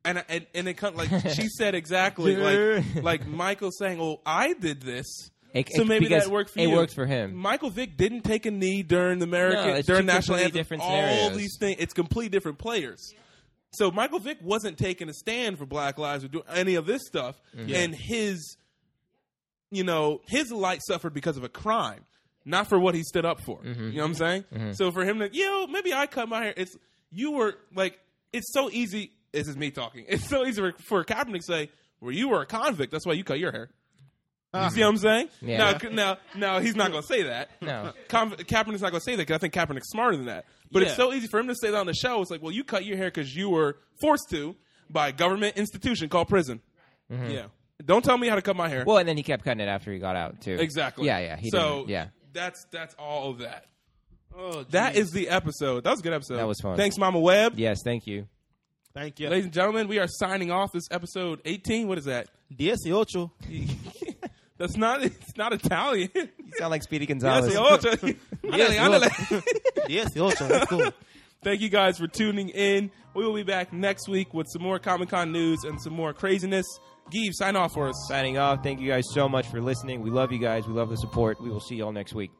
and I- and and it kind like she said exactly like like Michael saying, "Oh, I did this." It- so it- maybe because that worked for it you. worked for him. Michael Vick didn't take a knee during the American No, it's during two national completely anthem. different All scenarios. these things, it's completely different players. So Michael Vick wasn't taking a stand for Black Lives or doing any of this stuff, Mm-hmm. and his, you know, his light suffered because of a crime, not for what he stood up for. Mm-hmm. You know what I'm saying? So for him to, yo, maybe I cut my hair. It's you were like, it's so easy. This is me talking. It's so easy for- for Kaepernick to say, "Well, you were a convict. That's why you cut your hair." You see what I'm saying? Uh-huh. Yeah. Now, now, now he's not going to say that. No. Con- Kaepernick's not going to say that because I think Kaepernick's smarter than that. But it's Yeah. so easy for him to say that on the show. It's like, well, you cut your hair because you were forced to by a government institution called prison. Yeah. Don't tell me how to cut my hair. Mm-hmm. Well, and then he kept cutting it after he got out too. exactly. Yeah, yeah. He so didn't- yeah. that's that's all of that. Oh, That is the episode. That was a good episode. That was fun. Thanks, Mama Webb. Yes, thank you. Thank you. Ladies and gentlemen, we are signing off this episode 18. What is that? Dieciocho. That's not. It's not Italian. You sound like Speedy That's Gonzalez. the ultra. Andale, andale. Dieciocho. E That's cool. Thank you guys for tuning in. We will be back next week with some more Comic Con news and some more craziness. Give, sign off for us. Signing off. Thank you guys so much for listening. We love you guys. We love the support. We will see y'all next week.